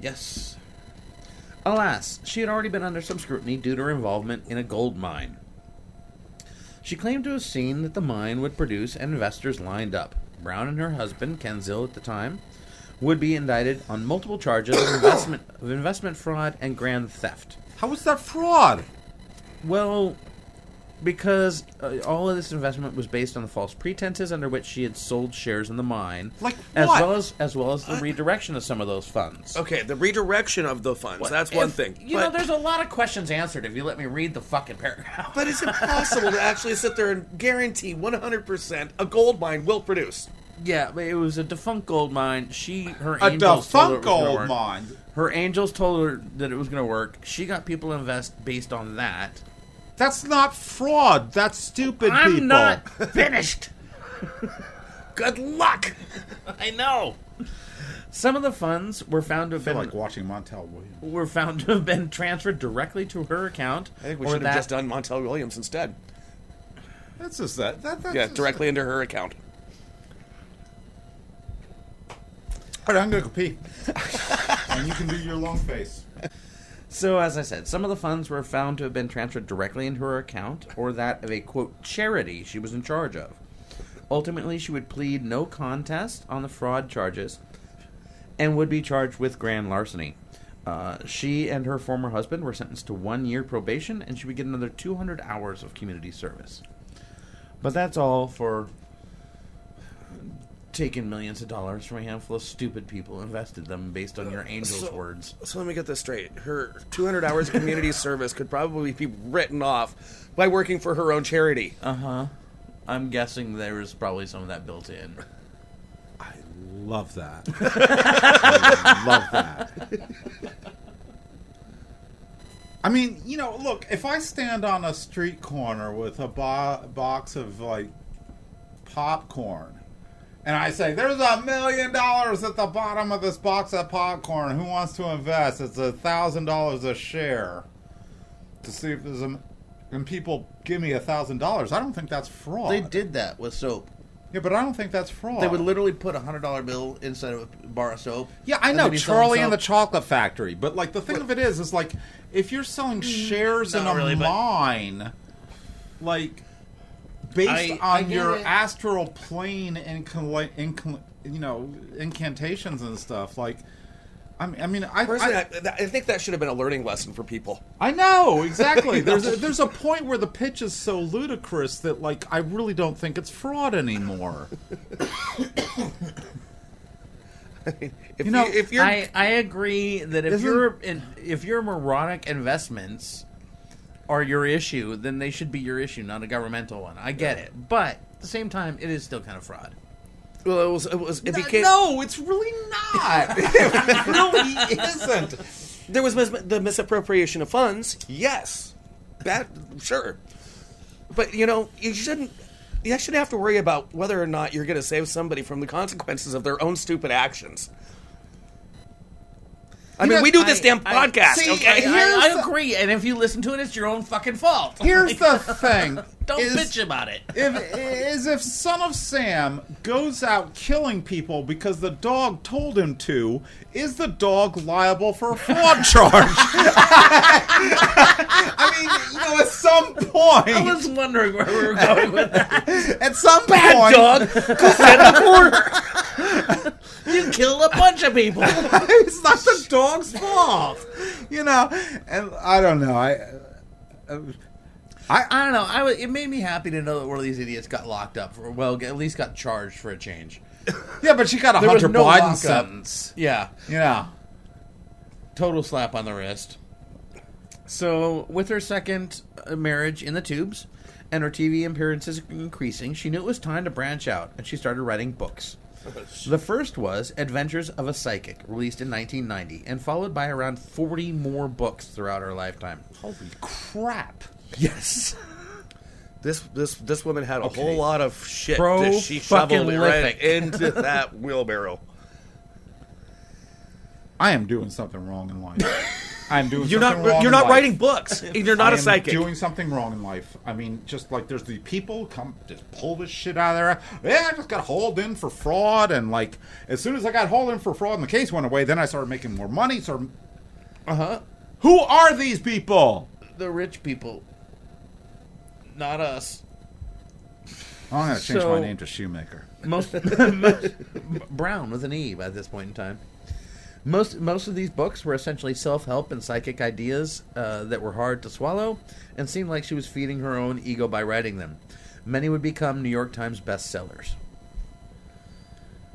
Yes. Alas, she had already been under some scrutiny due to her involvement in a gold mine. She claimed to have seen that the mine would produce and investors lined up. Brown and her husband, Kenzill at the time, would be indicted on multiple charges of investment, of investment fraud and grand theft.
How was that fraud?
Well, because uh, all of this investment was based on the false pretenses under which she had sold shares in the mine,
Like
as
what?
well as as well as the redirection of some of those funds.
Okay, the redirection of the funds. That's
If-
one thing.
You know,
but,
there's a lot of questions answered if you let me read the fucking paragraph.
but it's impossible to actually sit there and guarantee 100% a gold mine will produce.
yeah, but it was a defunct gold mine. She, her
A
angels told her it was
defunct
gonna
gold
work.
mine.
Her angels told her that it was going to work. She got people to invest based on that.
That's not fraud. That's stupid
I'm
people.
not finished.
Good luck!
I know. Some of the funds were found to have
I
been
feel like watching Montel Williams.
were found to have been transferred directly to her account.
I think we
or
should
that-
have just done Montel Williams instead.
That's just that. that that's
Yeah,
just-
directly into her account.
All right, I'm gonna go pee. and you can do your long face.
So, as I said, some of the funds were found to have been transferred directly into her account or that of a, quote, charity she was in charge of. Ultimately, she would plead no contest on the fraud charges and would be charged with grand larceny. Uh, she and her former husband were sentenced to one year probation and she would get another 200 hours of community service. But that's all for taking millions of dollars from a handful of stupid people, invested them based on your angel's
So-
words.
So let me get this straight. Her 200 hours of community service could probably be written off by working for her own charity.
Uh-huh. I'm guessing there was probably some of that built in.
I love that. I love that. I mean, you know, look, if I stand on a street corner with a bo- box of like popcorn and I say, there's a million dollars at the bottom of this box of popcorn. Who wants to invest? It's a thousand dollars a share to see if there's a. And people give me a thousand dollars. I don't think that's fraud.
They did that with soap.
Yeah, but I don't think that's fraud.
They would literally put a hundred dollar bill inside of a bar of soap.
Yeah, I
and
know
they'd be selling
Charlie and the
soap.
Chocolate Factory, but like the thing of it is, is like if you're selling shares in
Mm. not
a
really, but-
mine, like based
I- I
on
get
your
it.
astral plane incal- incal- you know incantations and stuff, like I mean, I mean, I,
Personally,
I,
I, I think that should have been a learning lesson for people.
I know exactly. There's a, there's a point where the pitch is so ludicrous that like I really don't think it's fraud anymore.
If
You know,
if you're
I, I agree that if
Isn't-
you're in, if your moronic investments are your issue, then they should be your issue, not a governmental one. I get it, but at the same time, it is still kind of fraud.
well, it was, it was it became
no, it's really not. no, he isn't.
there was mis- the misappropriation of funds. Yes, that sure, but you know you shouldn't. you shouldn't have to worry about whether or not you're going to save somebody from the consequences of their own stupid actions. I mean,
know,
we do this
I-
damn
I-
podcast,
see,
okay?
I, I- I
Here's the-
agree, and if you listen to it, it's your own fucking fault.
Here's the thing.
Don't
is-
bitch about it.
if is if son of Sam goes out killing people because the dog told him to, is the dog liable for a fraud charge? I mean, you know, at some
I
point,
was wondering where we were going with that.
at some
Bad
point,
dog, go sit in the corner.
You killed a bunch of people.
it's not the dog's fault. You know, and I don't know. I
I, I don't know. I was, it made me happy to know that one of these idiots got locked up, or well, at least got charged for a change.
yeah, but she got a
There was
Hunter
no
Biden
lockup.
sentence.
Yeah,
You know.
total slap on the wrist. So, with her second uh, marriage in the tubes and her TV appearances increasing, she knew it was time to branch out, and she started writing books. The first was Adventures of a Psychic, released in 1990, and followed by around 40 more books throughout her lifetime. Holy crap!
Yes.
This this this woman had a
Okay.
whole lot of shit
Pro
that she shoveled
fucking
right
lific.
into that wheelbarrow.
I am doing something wrong in life. I'm doing.
You're
something wrong
not you're
in
not
life.
writing books. and You're not
I
a
am
psychic.
Doing something wrong in life. I mean, just like there's the people come just pull this shit out of there. Yeah, I just got hauled in for fraud, and like as soon as I got hauled in for fraud and the case went away, then I started making more money. So,
Uh huh.
who are these people? Oh,
The rich people. Not us.
I'm gonna change
So-
my name to Shoemaker.
most, most- Brown with an E at this point in time. Most most of these books were essentially self help and psychic ideas uh, that were hard to swallow, and seemed like she was feeding her own ego by writing them. Many would become New York Times bestsellers.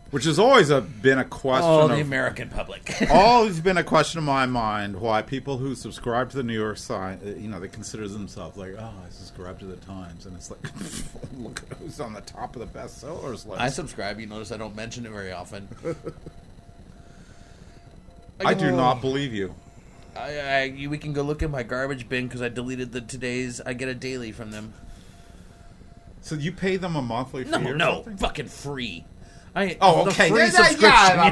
Which has always a, been a question.
Oh,
of,
the American public.
always been a question in my mind why people who subscribe to the New York Times, uh, you know, they consider themselves like, oh, I subscribe to the Times, and it's like, look at who's on the top of the bestsellers list.
I subscribe. You notice I don't mention it very often.
I
Oh.
do not believe you.
I, I, you- we can go look in my garbage bin because I deleted the today's. I get a daily from them.
So you pay them a monthly fee
No,
or
no,
something?
fucking free. I,
Oh,
the
okay.
free
Yeah, yeah, yeah.
subscription, you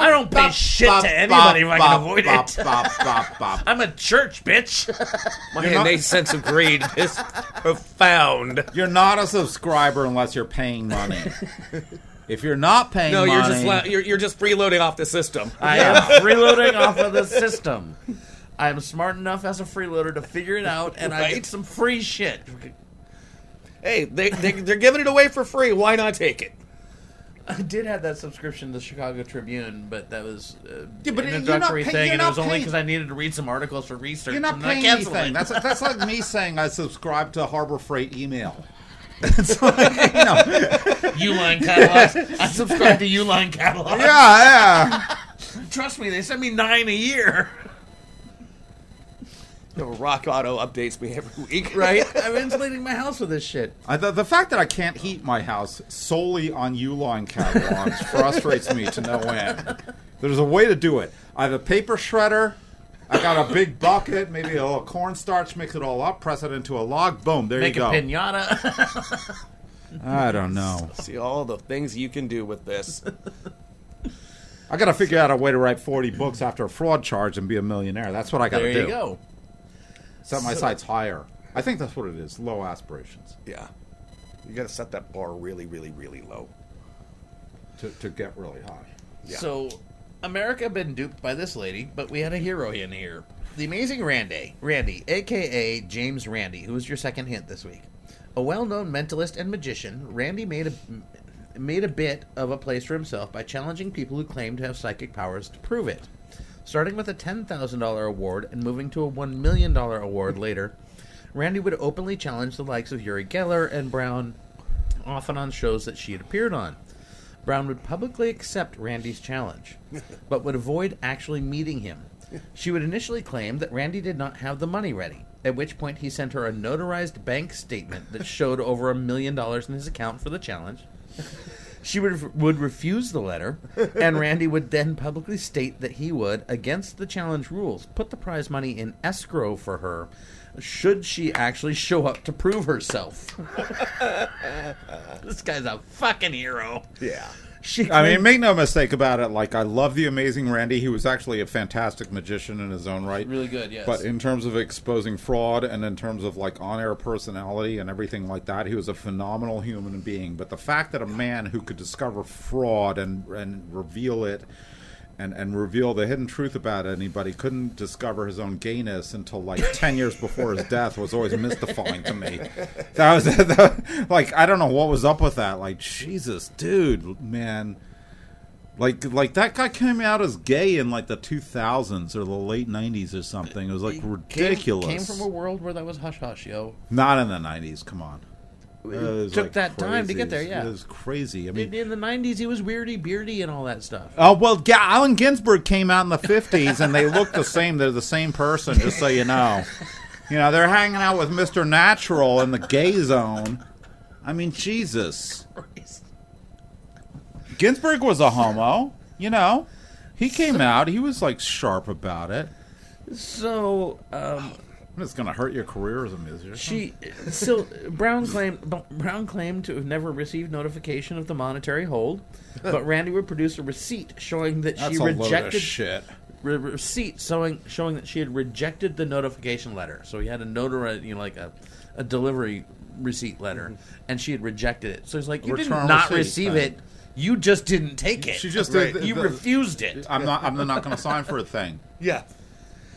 know? I don't pay shit to anybody if I can avoid it. I'm a church bitch.
Man,
not-
they sense of greed is profound.
You're not a subscriber unless you're paying money. if you're not paying
No,
money,
you're just la- you're, you're just freeloading off the system.
I am freeloading off of the system. I'm smart enough as a freeloader to figure it out, and I
Right?
get some free shit.
Hey, they, they they're giving it away for free. Why not take it?
I did have that subscription to the Chicago Tribune, but that was uh,
Yeah, but
an
you're not
introductory
pay-
thing,
you're
and it
not
was only
paying-
because I needed to read some articles for research.
You're not
and then I
paying
canceled
anything.
it.
That's that's like me saying I subscribe to Harbor Freight email. It's like, you know,
Uline catalogs. I subscribe to Uline catalogs.
yeah, yeah.
Trust me, they send me nine a year.
You know, Rock Auto updates me every week,
Right? I'm insulating my house with this shit.
I, the, the fact that I can't heat my house solely on Uline catalogs frustrates me to no end. There's a way to do it. I have a paper shredder. I got a big bucket, maybe a little cornstarch, mix it all up, press it into a log, boom, there
Make
you
a
go.
pinata.
I don't know.
See all the things you can do with this.
I got to figure out a way to write 40 books after a fraud charge and be a millionaire. That's what I got to
there
do.
you go.
Set my sights higher. I think that's what it is. Low aspirations
Yeah, you got to set that bar really, really, really low.
to, to get really high.
Yeah.
So, America had been duped by this lady, but we had a hero in here. The amazing Randy, Randy, aka James Randy, who was your second hint this week. A well-known mentalist and magician, Randy made a made a bit of a place for himself by challenging people who claimed to have psychic powers to prove it. Starting with a $10,000 award and moving to a $1 million award later, Randy would openly challenge the likes of Yuri Geller and Brown, often on shows that she had appeared on. Brown would publicly accept Randy's challenge, but would avoid actually meeting him. She would initially claim that Randy did not have the money ready, at which point he sent her a notarized bank statement that showed over a million dollars in his account for the challenge. She would, would refuse the letter, and Randy would then publicly state that he would, against the challenge rules, put the prize money in escrow for her, should she actually show up to prove herself. this guy's a fucking hero.
Yeah.
She
I mean, make no mistake about it. Like, I love the amazing Randy. He was actually a fantastic magician in his own right.
really good, yes.
But in terms of exposing fraud and in terms of like on air personality and everything like that, he was a phenomenal human being. But the fact that a man who could discover fraud and, and reveal it and, and reveal the hidden truth about anybody couldn't discover his own gayness until like 10 years before his death was always mystifying to me. That was that, like, I don't know what was up with that. Like, Jesus, dude, man. Like like that guy came out as gay in like the 2000s or the late 90s or something. It was like
came-
ridiculous.
Came, from a world where that was hush hush, yo.
Not in the 90s. Come on. It was,
took that time to get there, yeah.
it was crazy. I
In,
mean,
in the '90s, he was weirdy, beardy, and all that stuff.
Oh well, Ga- Allen Ginsberg came out in the fifties, and they look the same. They're the same person, just so you know. You know, they're hanging out with Mister Natural in the gay zone. I mean, Jesus. Ginsberg was a homo. You know, he came out. He was like sharp about it.
So um,
It's gonna hurt your career as a musician.
she, so Brown claimed Brown claimed to have never received notification of the monetary hold, but Randy would produce a receipt showing that
That's
she
a load of
rejected
shit.
re- receipt showing showing that she had rejected the notification letter. So he had a notary, you know, like a, a delivery receipt letter, and she had rejected it. So he's like, you
Mm-hmm. Return
did not
receipt,
receive
right.
it. You just didn't take it.
She just
Right.
did the-
you
the-
refused it.
I'm not. I'm not gonna sign for a thing.
Yeah.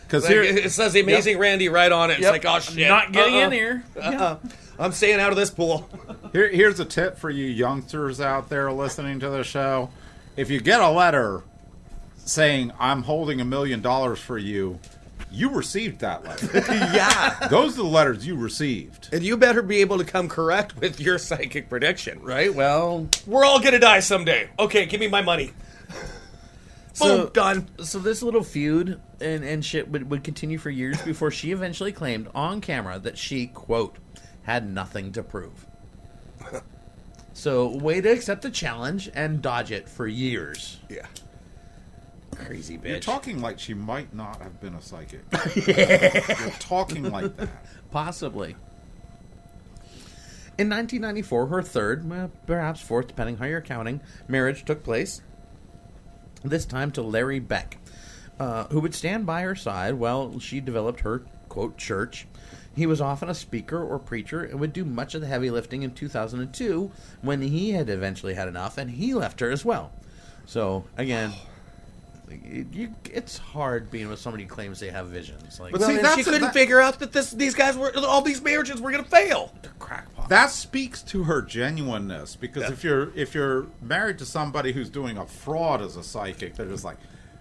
Because
Like,
here,
it it says the amazing Randy right on it. It's
Yep.
like, oh shit.
Not getting
Uh-uh.
in here.
Uh-uh. I'm staying out of this pool.
Here, here's a tip for you youngsters out there listening to the show. If you get a letter saying, I'm holding a million dollars for you, you received that letter.
yeah.
Those are the letters you received.
And you better be able to come correct with your psychic prediction, right?
Right. Well,
We're all gonna die someday. Okay, give me my money.
So-
Boom, done.
so this little feud and, and shit would, would continue for years before she eventually claimed on camera that she, quote, had nothing to prove. So, way to accept the challenge and dodge it for years.
Yeah.
Crazy bitch.
You're talking like she might not have been a psychic. You're talking like that.
Possibly. In 1994, her third, well, perhaps fourth, depending how you're counting, marriage took place. This time to Larry Beck, uh, who would stand by her side while she developed her, quote, church. He was often a speaker or preacher and would do much of the heavy lifting in 2002 when he had eventually had enough and he left her as well. So, again. it- you, it's hard being with somebody who claims they have visions. Like,
But
Well,
See,
and
that's
she
a-
couldn't
that-
figure out that this these guys were all these marriages were gonna fail.
crackpot.
That speaks to her genuineness because if you're if you're married to somebody who's doing a fraud as a psychic, they're just like,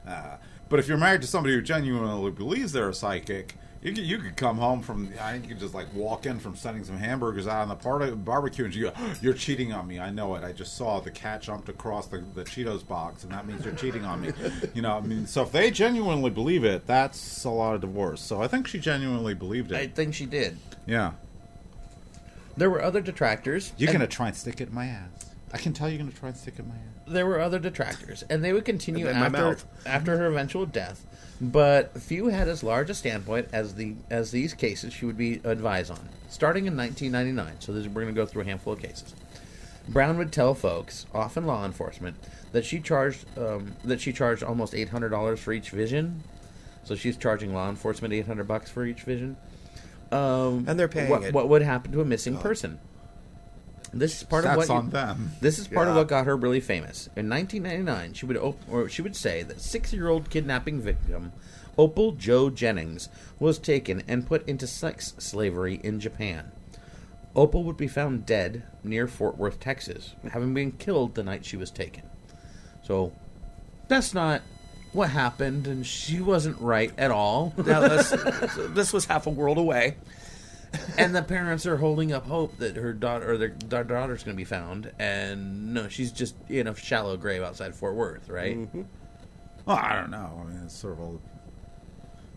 uh. but if you're married to somebody who genuinely believes they're a psychic, you could, you could come home from I think you could just like walk in from sending some hamburgers out on the part- barbecue and you go, you're cheating on me. I know it. I just saw the cat jumped across the, the Cheetos box, and that means you're cheating on me. You know, I mean, so if they genuinely believe it, that's a lot of divorce. So I think she genuinely believed it.
I think she did.
yeah.
There were other detractors.
You're
and
gonna try and stick it in my ass. I can tell you're gonna try and stick it in my ass.
There were other detractors, and they would continue
And then my
after
mouth.
after her eventual death. But few had as large a standpoint as the as these cases she would be advised on. Starting in 1999, so this, we're going to go through a handful of cases. Brown would tell folks, often law enforcement, that she charged um, that she charged almost eight hundred dollars for each vision. So she's charging law enforcement eight hundred bucks for each vision. Um,
And they're paying
what,
it.
What would happen to a missing person? This is part of what
That's
you-
on them.
This is part of
Yeah.
what got her really famous. In 1999, she would op- or she would say that six-year-old kidnapping victim Opal Joe Jennings was taken and put into sex slavery in Japan. Opal would be found dead near Fort Worth, Texas, having been killed the night she was taken. So, that's not what happened, and she wasn't right at all.
Now this this was half a world away.
and the parents are holding up hope that her daughter or their, their daughter's going to be found, and no, she's just in a shallow grave outside Fort Worth, right?
Well, I don't know. I mean, it's sort of a.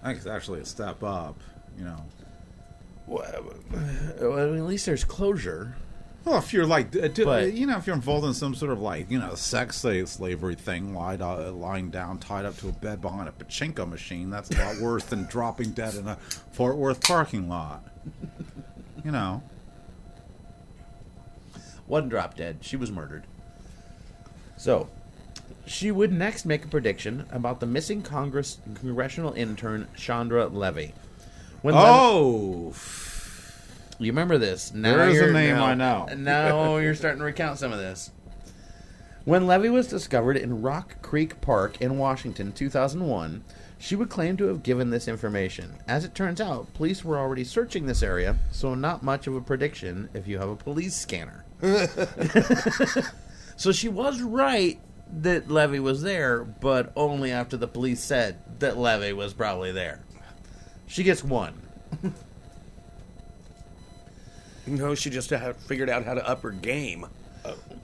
I think it's actually a step up. You know,
Well, at least there's closure.
Well, if you're like, d- d-
But-
you know, if you're involved in some sort of like, you know, sex slave slavery thing, lied, uh, lying down, tied up to a bed behind a pachinko machine, that's a lot worse than dropping dead in a Fort Worth parking lot. You know,
One drop dead. She was murdered. So, she would next make a prediction about the missing Congress congressional intern Chandra Levy. When
oh,
Levy, you remember this? Now
There is a
you're-
name
now-
I know.
Now you're starting to recount some of this. When Levy was discovered in Rock Creek Park in Washington, in 2001, she would claim to have given this information. As it turns out, police were already searching this area, so not much of a prediction if you have a police scanner. So she was right that Levy was there, but only after the police said that Levy was probably there. She gets one.
No, she just had figured out how to up her game.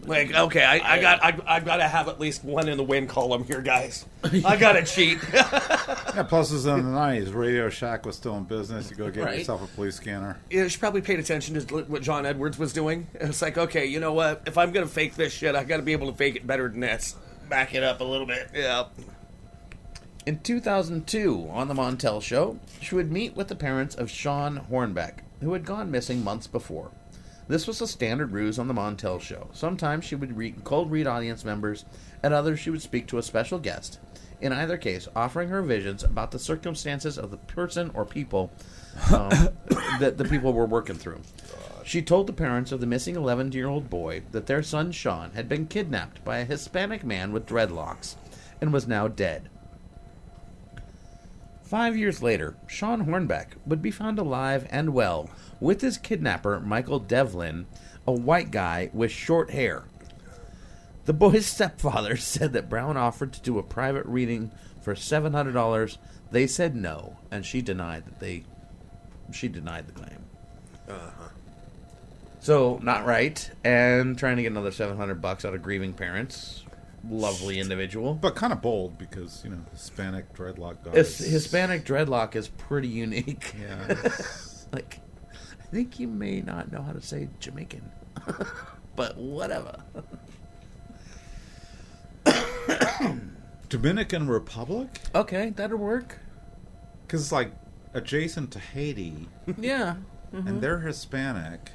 Like, okay, Oh. I, I got, I, I've got to have at least one in the win column here, guys. I got to cheat.
yeah. Plus, it's in the nineties. Radio Shack was still in business. You go get
Right.
yourself a police scanner.
yeah, she probably paid attention to what John Edwards was doing. It's like, okay, you know what? If I'm gonna fake this shit, I got to be able to fake it better than this.
Back it up a little bit.
Yeah.
In 2002, on the Montel show, she would meet with the parents of Sean Hornbeck, who had gone missing months before. This was a standard ruse on the Montel show. Sometimes she would read cold read audience members, and others she would speak to a special guest. In either case, offering her visions about the circumstances of the person or people um, that the people were working through. She told the parents of the missing 11 year old boy that their son Sean had been kidnapped by a Hispanic man with dreadlocks and was now dead. Five years later, Sean Hornbeck would be found alive and well with his kidnapper, Michael Devlin, a white guy with short hair. The boy's stepfather said that Brown offered to do a private reading for $700. They said no, and she denied that they. She denied the claim.
Uh-huh.
So, not right, and trying to get another 700 bucks out of grieving parents. Lovely individual.
But kind of bold because you know Hispanic dreadlock guys.
His- Hispanic dreadlock is pretty unique.
Yeah.
like I think you may not know how to say Jamaican, but whatever.
Dominican Republic,
Okay, that'll work.
because it's like adjacent to Haiti,
Yeah, Mm-hmm.
and they're Hispanic.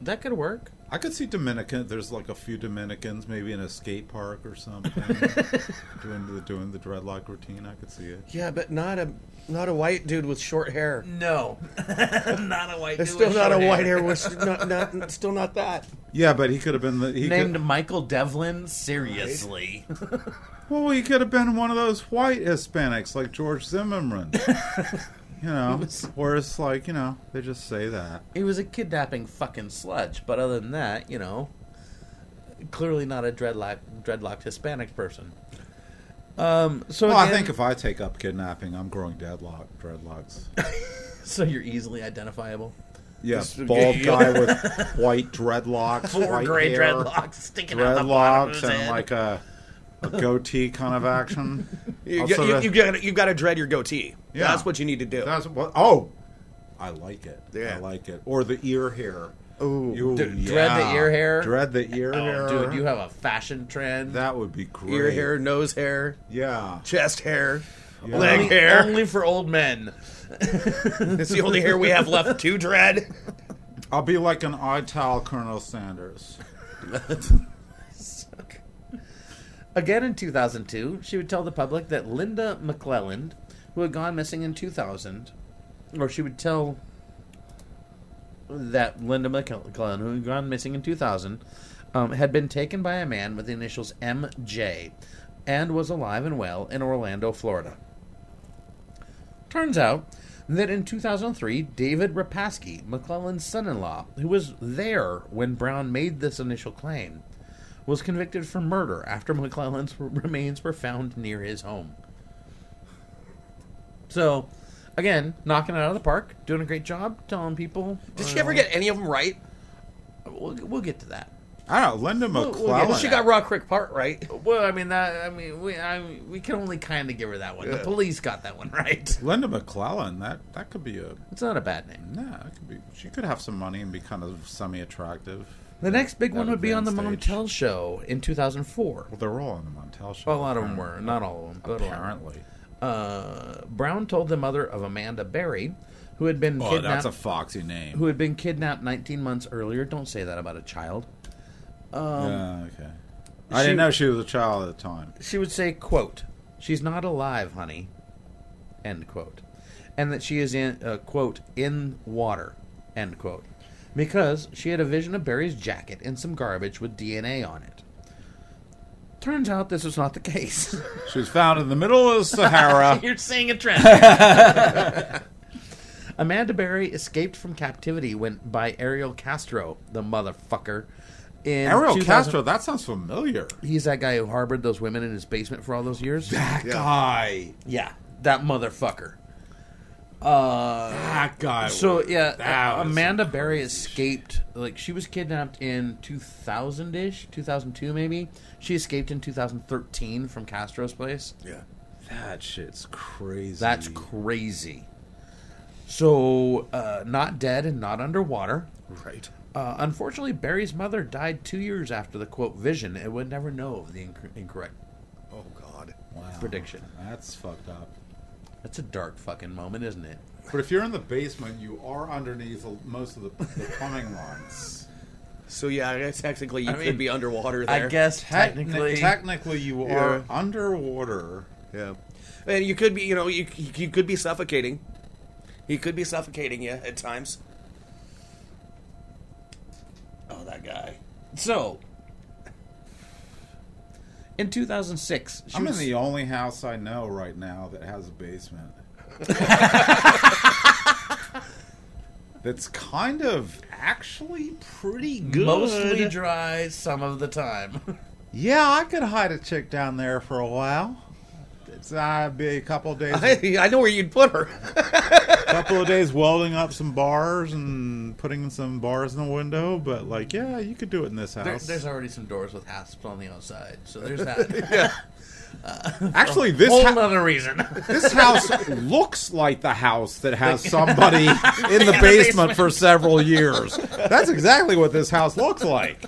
that could work.
I could see Dominican. There's like a few Dominicans, maybe in a skate park or something, doing the doing the dreadlock routine. I could see it.
Yeah, but not a, not a white dude with short hair.
No, not a white.
It's
dude
still
with
not a
short
white hair. With, not, not, still not that.
Yeah, but he could have been the he
Named
Could,
Michael Devlin. Seriously,
well, he could have been one of those white Hispanics like George Zimmerman. you know, where it's like you know they just say that.
he was a kidnapping fucking sludge. But other than that, you know, clearly not a dreadlock dreadlocked Hispanic person. Um. So
Well, I
again-
think if I take up kidnapping, I'm growing deadlock dreadlocks.
so. You're easily identifiable.
Yeah, bald guy with white dreadlocks,
Four
white
gray
hair.
dreadlocks sticking out the bottom of
dreadlocks
his
and
head.
like a, a goatee kind of action.
You,
Also
you,
the-
you, got, you got to dread your goatee.
Yeah.
That's what you need to do.
that's what. Oh, I like it.
Yeah.
I like it. Or the ear hair.
Ooh.
Ooh,
D- dread the ear hair?
Dread the ear hair.
Oh, dude, you have a fashion trend.
that would be great.
Ear hair, nose hair,
Yeah.
chest hair,
Yeah.
leg
only,
hair.
only for old men.
It's the only hair we have left to dread.
I'll be like an eye towel, Colonel Sanders.
Again in 2002, she would tell the public that Linda McClelland, who had gone missing in 2000, or she would tell that Linda McClellan, who had gone missing in 2000, um, had been taken by a man with the initials MJ and was alive and well in Orlando, Florida. Turns out that in 2003, David Rapaski, McClellan's son in law, who was there when Brown made this initial claim, was convicted for murder after McClellan's remains were found near his home. So, again, knocking it out of the park, doing a great job, telling people.
Did
uh,
she ever get any of them right?
We'll, we'll get to that.
I don't know. Linda
Well,
McClellan.
well, yeah,
Well, she got Rock Creek Park right.
Well, I mean that. I mean, we I, we can only kind of give her that one. The police got that one right.
Linda McClellan. That that could be a.
It's not a bad name.
Nah, that could be. She could have some money and be kind of semi-attractive.
The next big
That
one would be on the
advanced age.
Montel show in 2004.
Well, they're all on the Montel show.
A lot of them were, not all of them, but a lot.
apparently.
Uh, Brown told the mother of Amanda Berry, who had been
Oh,
kidnapped,
that's a foxy name.
who had been kidnapped 19 months earlier. Don't say that about a child.
Yeah, okay. I
um, she-
didn't know she was a child at the time.
She would say, "quote She's not alive, honey," end quote, and that she is in uh, quote in water, end quote, because she had a vision of Barry's jacket and some garbage with DNA on it. Turns out this was not the case.
She was found in the middle of the Sahara.
You're seeing a trend.
Amanda Berry escaped from captivity when by Ariel Castro, the motherfucker. In
Ariel
2000
Castro, that sounds familiar.
He's that guy who harbored those women in his basement for all those years.
That guy.
yeah, that motherfucker.
That guy.
So
was-
yeah,
that
uh,
was
Amanda
some
Berry
crazy shit.
escaped. Like she was kidnapped in 2000 ish, 2002 maybe. She escaped in 2013 from Castro's place.
Yeah. That shit's crazy.
That's crazy. So uh, not dead and not underwater.
right.
Uh, unfortunately, Barry's mother died two years after the quote vision, and would never know of the inc- incorrect
Oh God.
Wow.
prediction.
That's fucked up.
That's a dark fucking moment, isn't it?
But if you're in the basement, you are underneath the- most of the, the plumbing lines.
So yeah, I guess technically you
I
could
mean,
be underwater there.
I guess
Techni-
technically,
technically, you are
Yeah.
underwater.
Yeah. And you could be, you know, you you could be suffocating. He could be suffocating you at times. Oh, that guy.
so. In 2006, she
I'm in
was,
the only house I know right now that has a basement. That's kind of actually pretty good.
mostly dry some of the time.
yeah, I could hide a chick down there for a while. It's I'd be a couple of days, a
I, I know where you'd put her.
couple of days welding up some bars and putting some bars in the window. But like, yeah, you could do it in this
There,
house.
there's already some doors with hasps on the outside, so there's that.
actually, this
Whole
ha-
other reason.
This house looks like the house that has somebody in the basement for several years. That's exactly what this house looks like.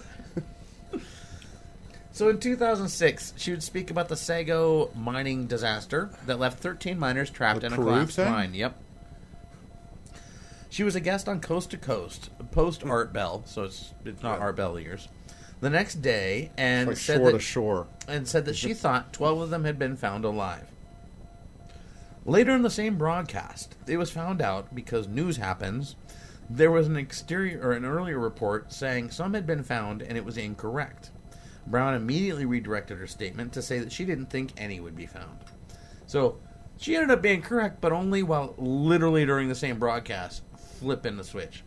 So in 2006, she would speak about the Sago mining disaster that left 13 miners trapped
The
in a
Peru
collapsed
thing?
mine. Yep. She was a guest on Coast to Coast post Art Bell, so it's it's not Art Bell years. The next day, and
Like
said
shore to
that
shore.
and said that she thought 12 of them had been found alive. Later in the same broadcast, it was found out because news happens. There was an exterior or an earlier report saying some had been found and it was incorrect. Brown immediately redirected her statement to say that she didn't think any would be found. So she ended up being correct, but only while literally during the same broadcast, flipping the switch.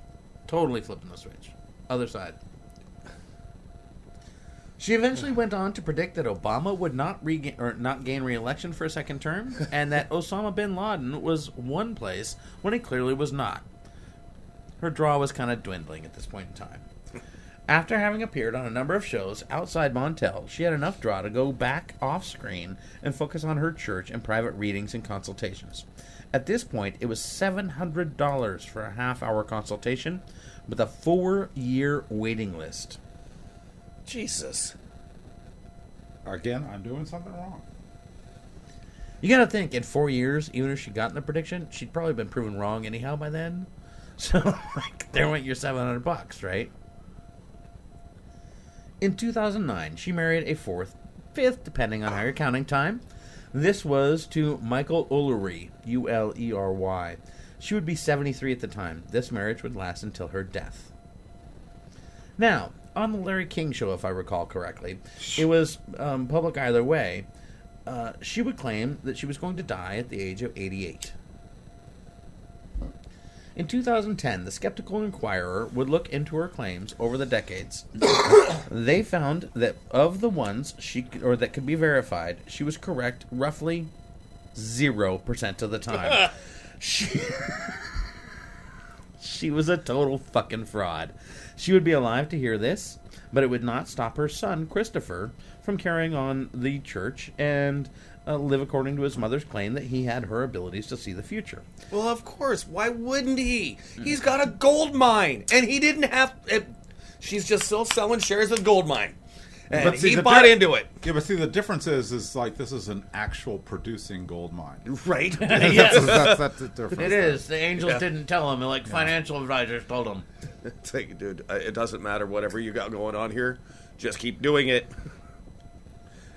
Totally flipping the switch. Other side. She eventually went on to predict that Obama would not regain or not gain re-election for a second term, and that Osama bin Laden was one place when he clearly was not. Her draw was kind of dwindling at this point in time. After having appeared on a number of shows outside Montel, she had enough draw to go back off screen and focus on her church and private readings and consultations. At this point, it was $700 for a half hour consultation with a four year waiting list.
Jesus.
Again, I'm doing something wrong.
You gotta think, in four years, even if she got in the prediction, she'd probably been proven wrong anyhow by then. So, like, there went your 700 bucks, right? In 2009, she married a fourth, fifth, depending on how you're counting time. This was to Michael Ullery, U L E R Y. She would be 73 at the time. This marriage would last until her death. Now, on the Larry King show, if I recall correctly, it was um, public either way. Uh, she would claim that she was going to die at the age of 88. In 2010, the Skeptical Inquirer would look into her claims over the decades. they found that of the ones she c- or that could be verified, she was correct roughly 0% of the time. she She was a total fucking fraud. She would be alive to hear this, but it would not stop her son, Christopher, from carrying on the church and uh, live according to his mother's claim that he had her abilities to see the future.
Well, of course. Why wouldn't he? He's got a gold mine, and he didn't have. It, She's just still selling shares of gold mine, and
But see,
he
the
bought
di-
into it.
Yeah, but see, the difference is, is like this is an actual producing gold mine.
Right?
that's, that's, that's the difference.
It is. The angels didn't tell him. Like financial advisors told him.
It's like, dude, I- it doesn't matter whatever you got going on here. Just keep doing it.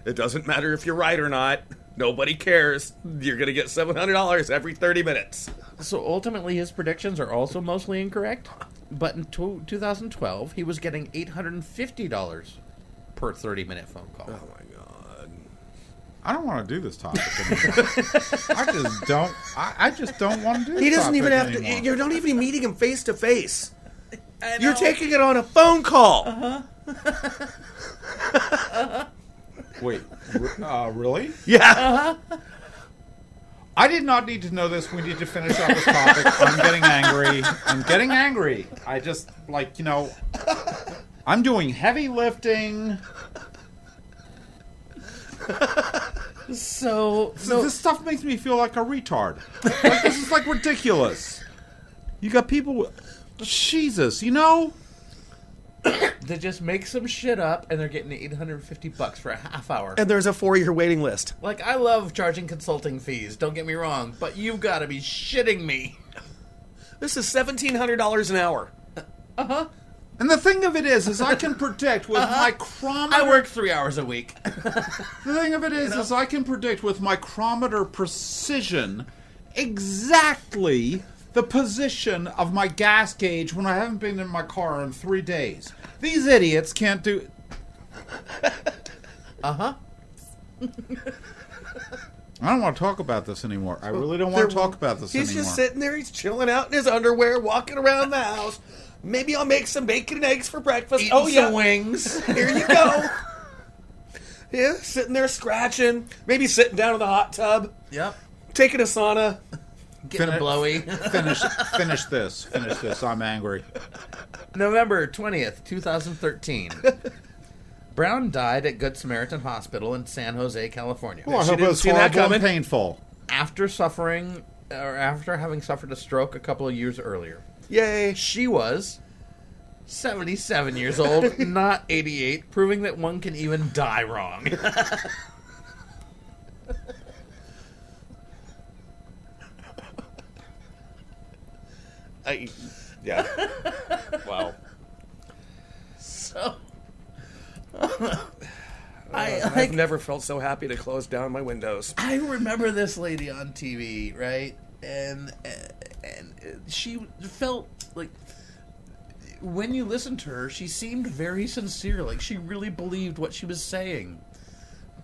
It doesn't matter if you're right or not. Nobody cares. You're gonna get seven hundred dollars every thirty minutes.
So ultimately, his predictions are also mostly incorrect. But in two 2012, he was getting $850 per 30 minute phone call.
Oh my god.
I don't want to do this topic anymore. I just don't. I, I just don't want to do.
He
this
doesn't even have
topic
to.
anymore.
You're not even meeting him face to face. You're taking it on a phone call.
Wait, re- uh, really?
Yeah.
I did not need to know this. We need to finish up this topic. I'm getting angry. I'm getting angry. I just like you know. I'm doing heavy lifting.
So,
So this stuff makes me feel like a retard. Like, this is like ridiculous. You got people. With, Jesus, you know.
they just make some shit up and they're getting 850 bucks for a half hour.
And there's a four-year waiting list.
Like, I love charging consulting fees, don't get me wrong, but you've got to be shitting me.
This is seventeen hundred dollars an hour.
And the thing of it is, is I can predict with my chronometer.
I work three hours a week.
The thing of it is, is I can predict with micrometer precision exactly the position of my gas gauge when I haven't been in my car in three days. These idiots can't do.
Uh
Uh-huh.
huh.
I don't want to talk about this anymore. I really don't want to talk about this
He's
anymore.
just sitting there. He's chilling out in his underwear, walking around the house. Maybe I'll make some bacon and eggs for breakfast.
Eating
oh yeah,
some wings.
here you go. yeah, sitting there scratching. Maybe sitting down in the hot tub,
yep.
taking a sauna.
Getting
Fin-
a blowy.
finish, finish this. Finish this. I'm angry.
November 20th, 2013. Brown died at Good Samaritan Hospital in San Jose, California.
Well, I hope it
didn't
was
see that
horrible
coming.
and painful.
After suffering, or after having suffered a stroke a couple of years earlier,
Yay!
she was 77 years old, not 88, proving that one can even die wrong.
I, yeah. wow.
So,
I've never felt so happy to close down my windows.
I remember this lady on TV, right? And and she felt like when you listened to her, she seemed very sincere, like she really believed what she was saying.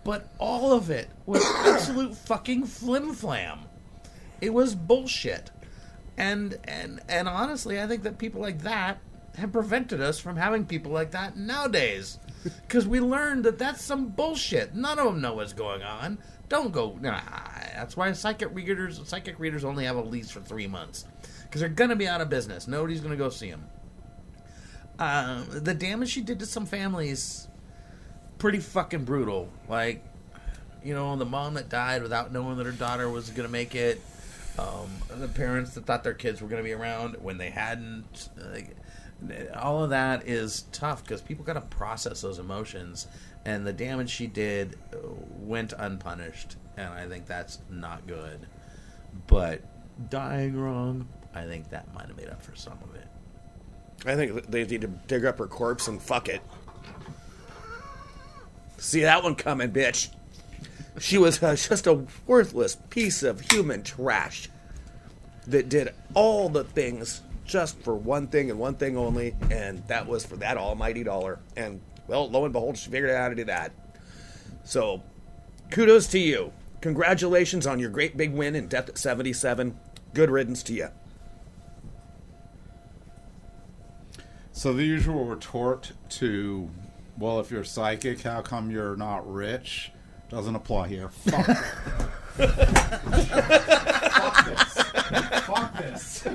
But all of it was absolute fucking flim flam. It was bullshit. And and and honestly, I think that people like that have prevented us from having people like that nowadays. Because we learned that that's some bullshit. None of them know what's going on. Don't go. Nah, that's why psychic readers psychic readers only have a lease for three months because they're gonna be out of business. Nobody's gonna go see them. Um, the damage she did to some families, pretty fucking brutal. Like, you know, the mom that died without knowing that her daughter was gonna make it. Um, the parents that thought their kids were gonna be around when they hadn't. Like, all of that is tough because people gotta process those emotions, and the damage she did uh, went unpunished, and I think that's not good. But dying wrong, I think that might have made up for some of it.
I think they need to dig up her corpse and fuck it.
See that one coming, bitch. She was uh, just a worthless piece of human trash that did all the things just for one thing and one thing only, and that was for that almighty dollar. And well, lo and behold, she figured out how to do that. So, kudos to you. Congratulations on your great big win in Death at 77. Good riddance to you.
So the usual retort to, well, if you're psychic, how come you're not rich? Doesn't apply here. Fuck. Fuck this. Fuck this.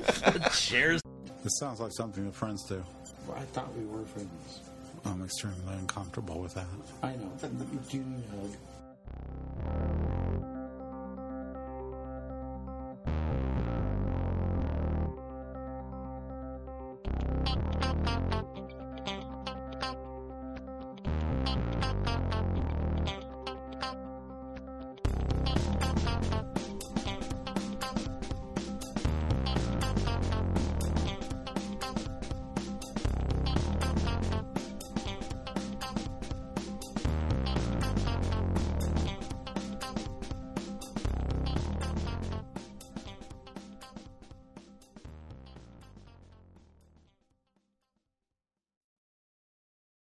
Shares.
This sounds like something the friends do.
I thought we were friends.
I'm extremely uncomfortable with that.
I know. But you hug.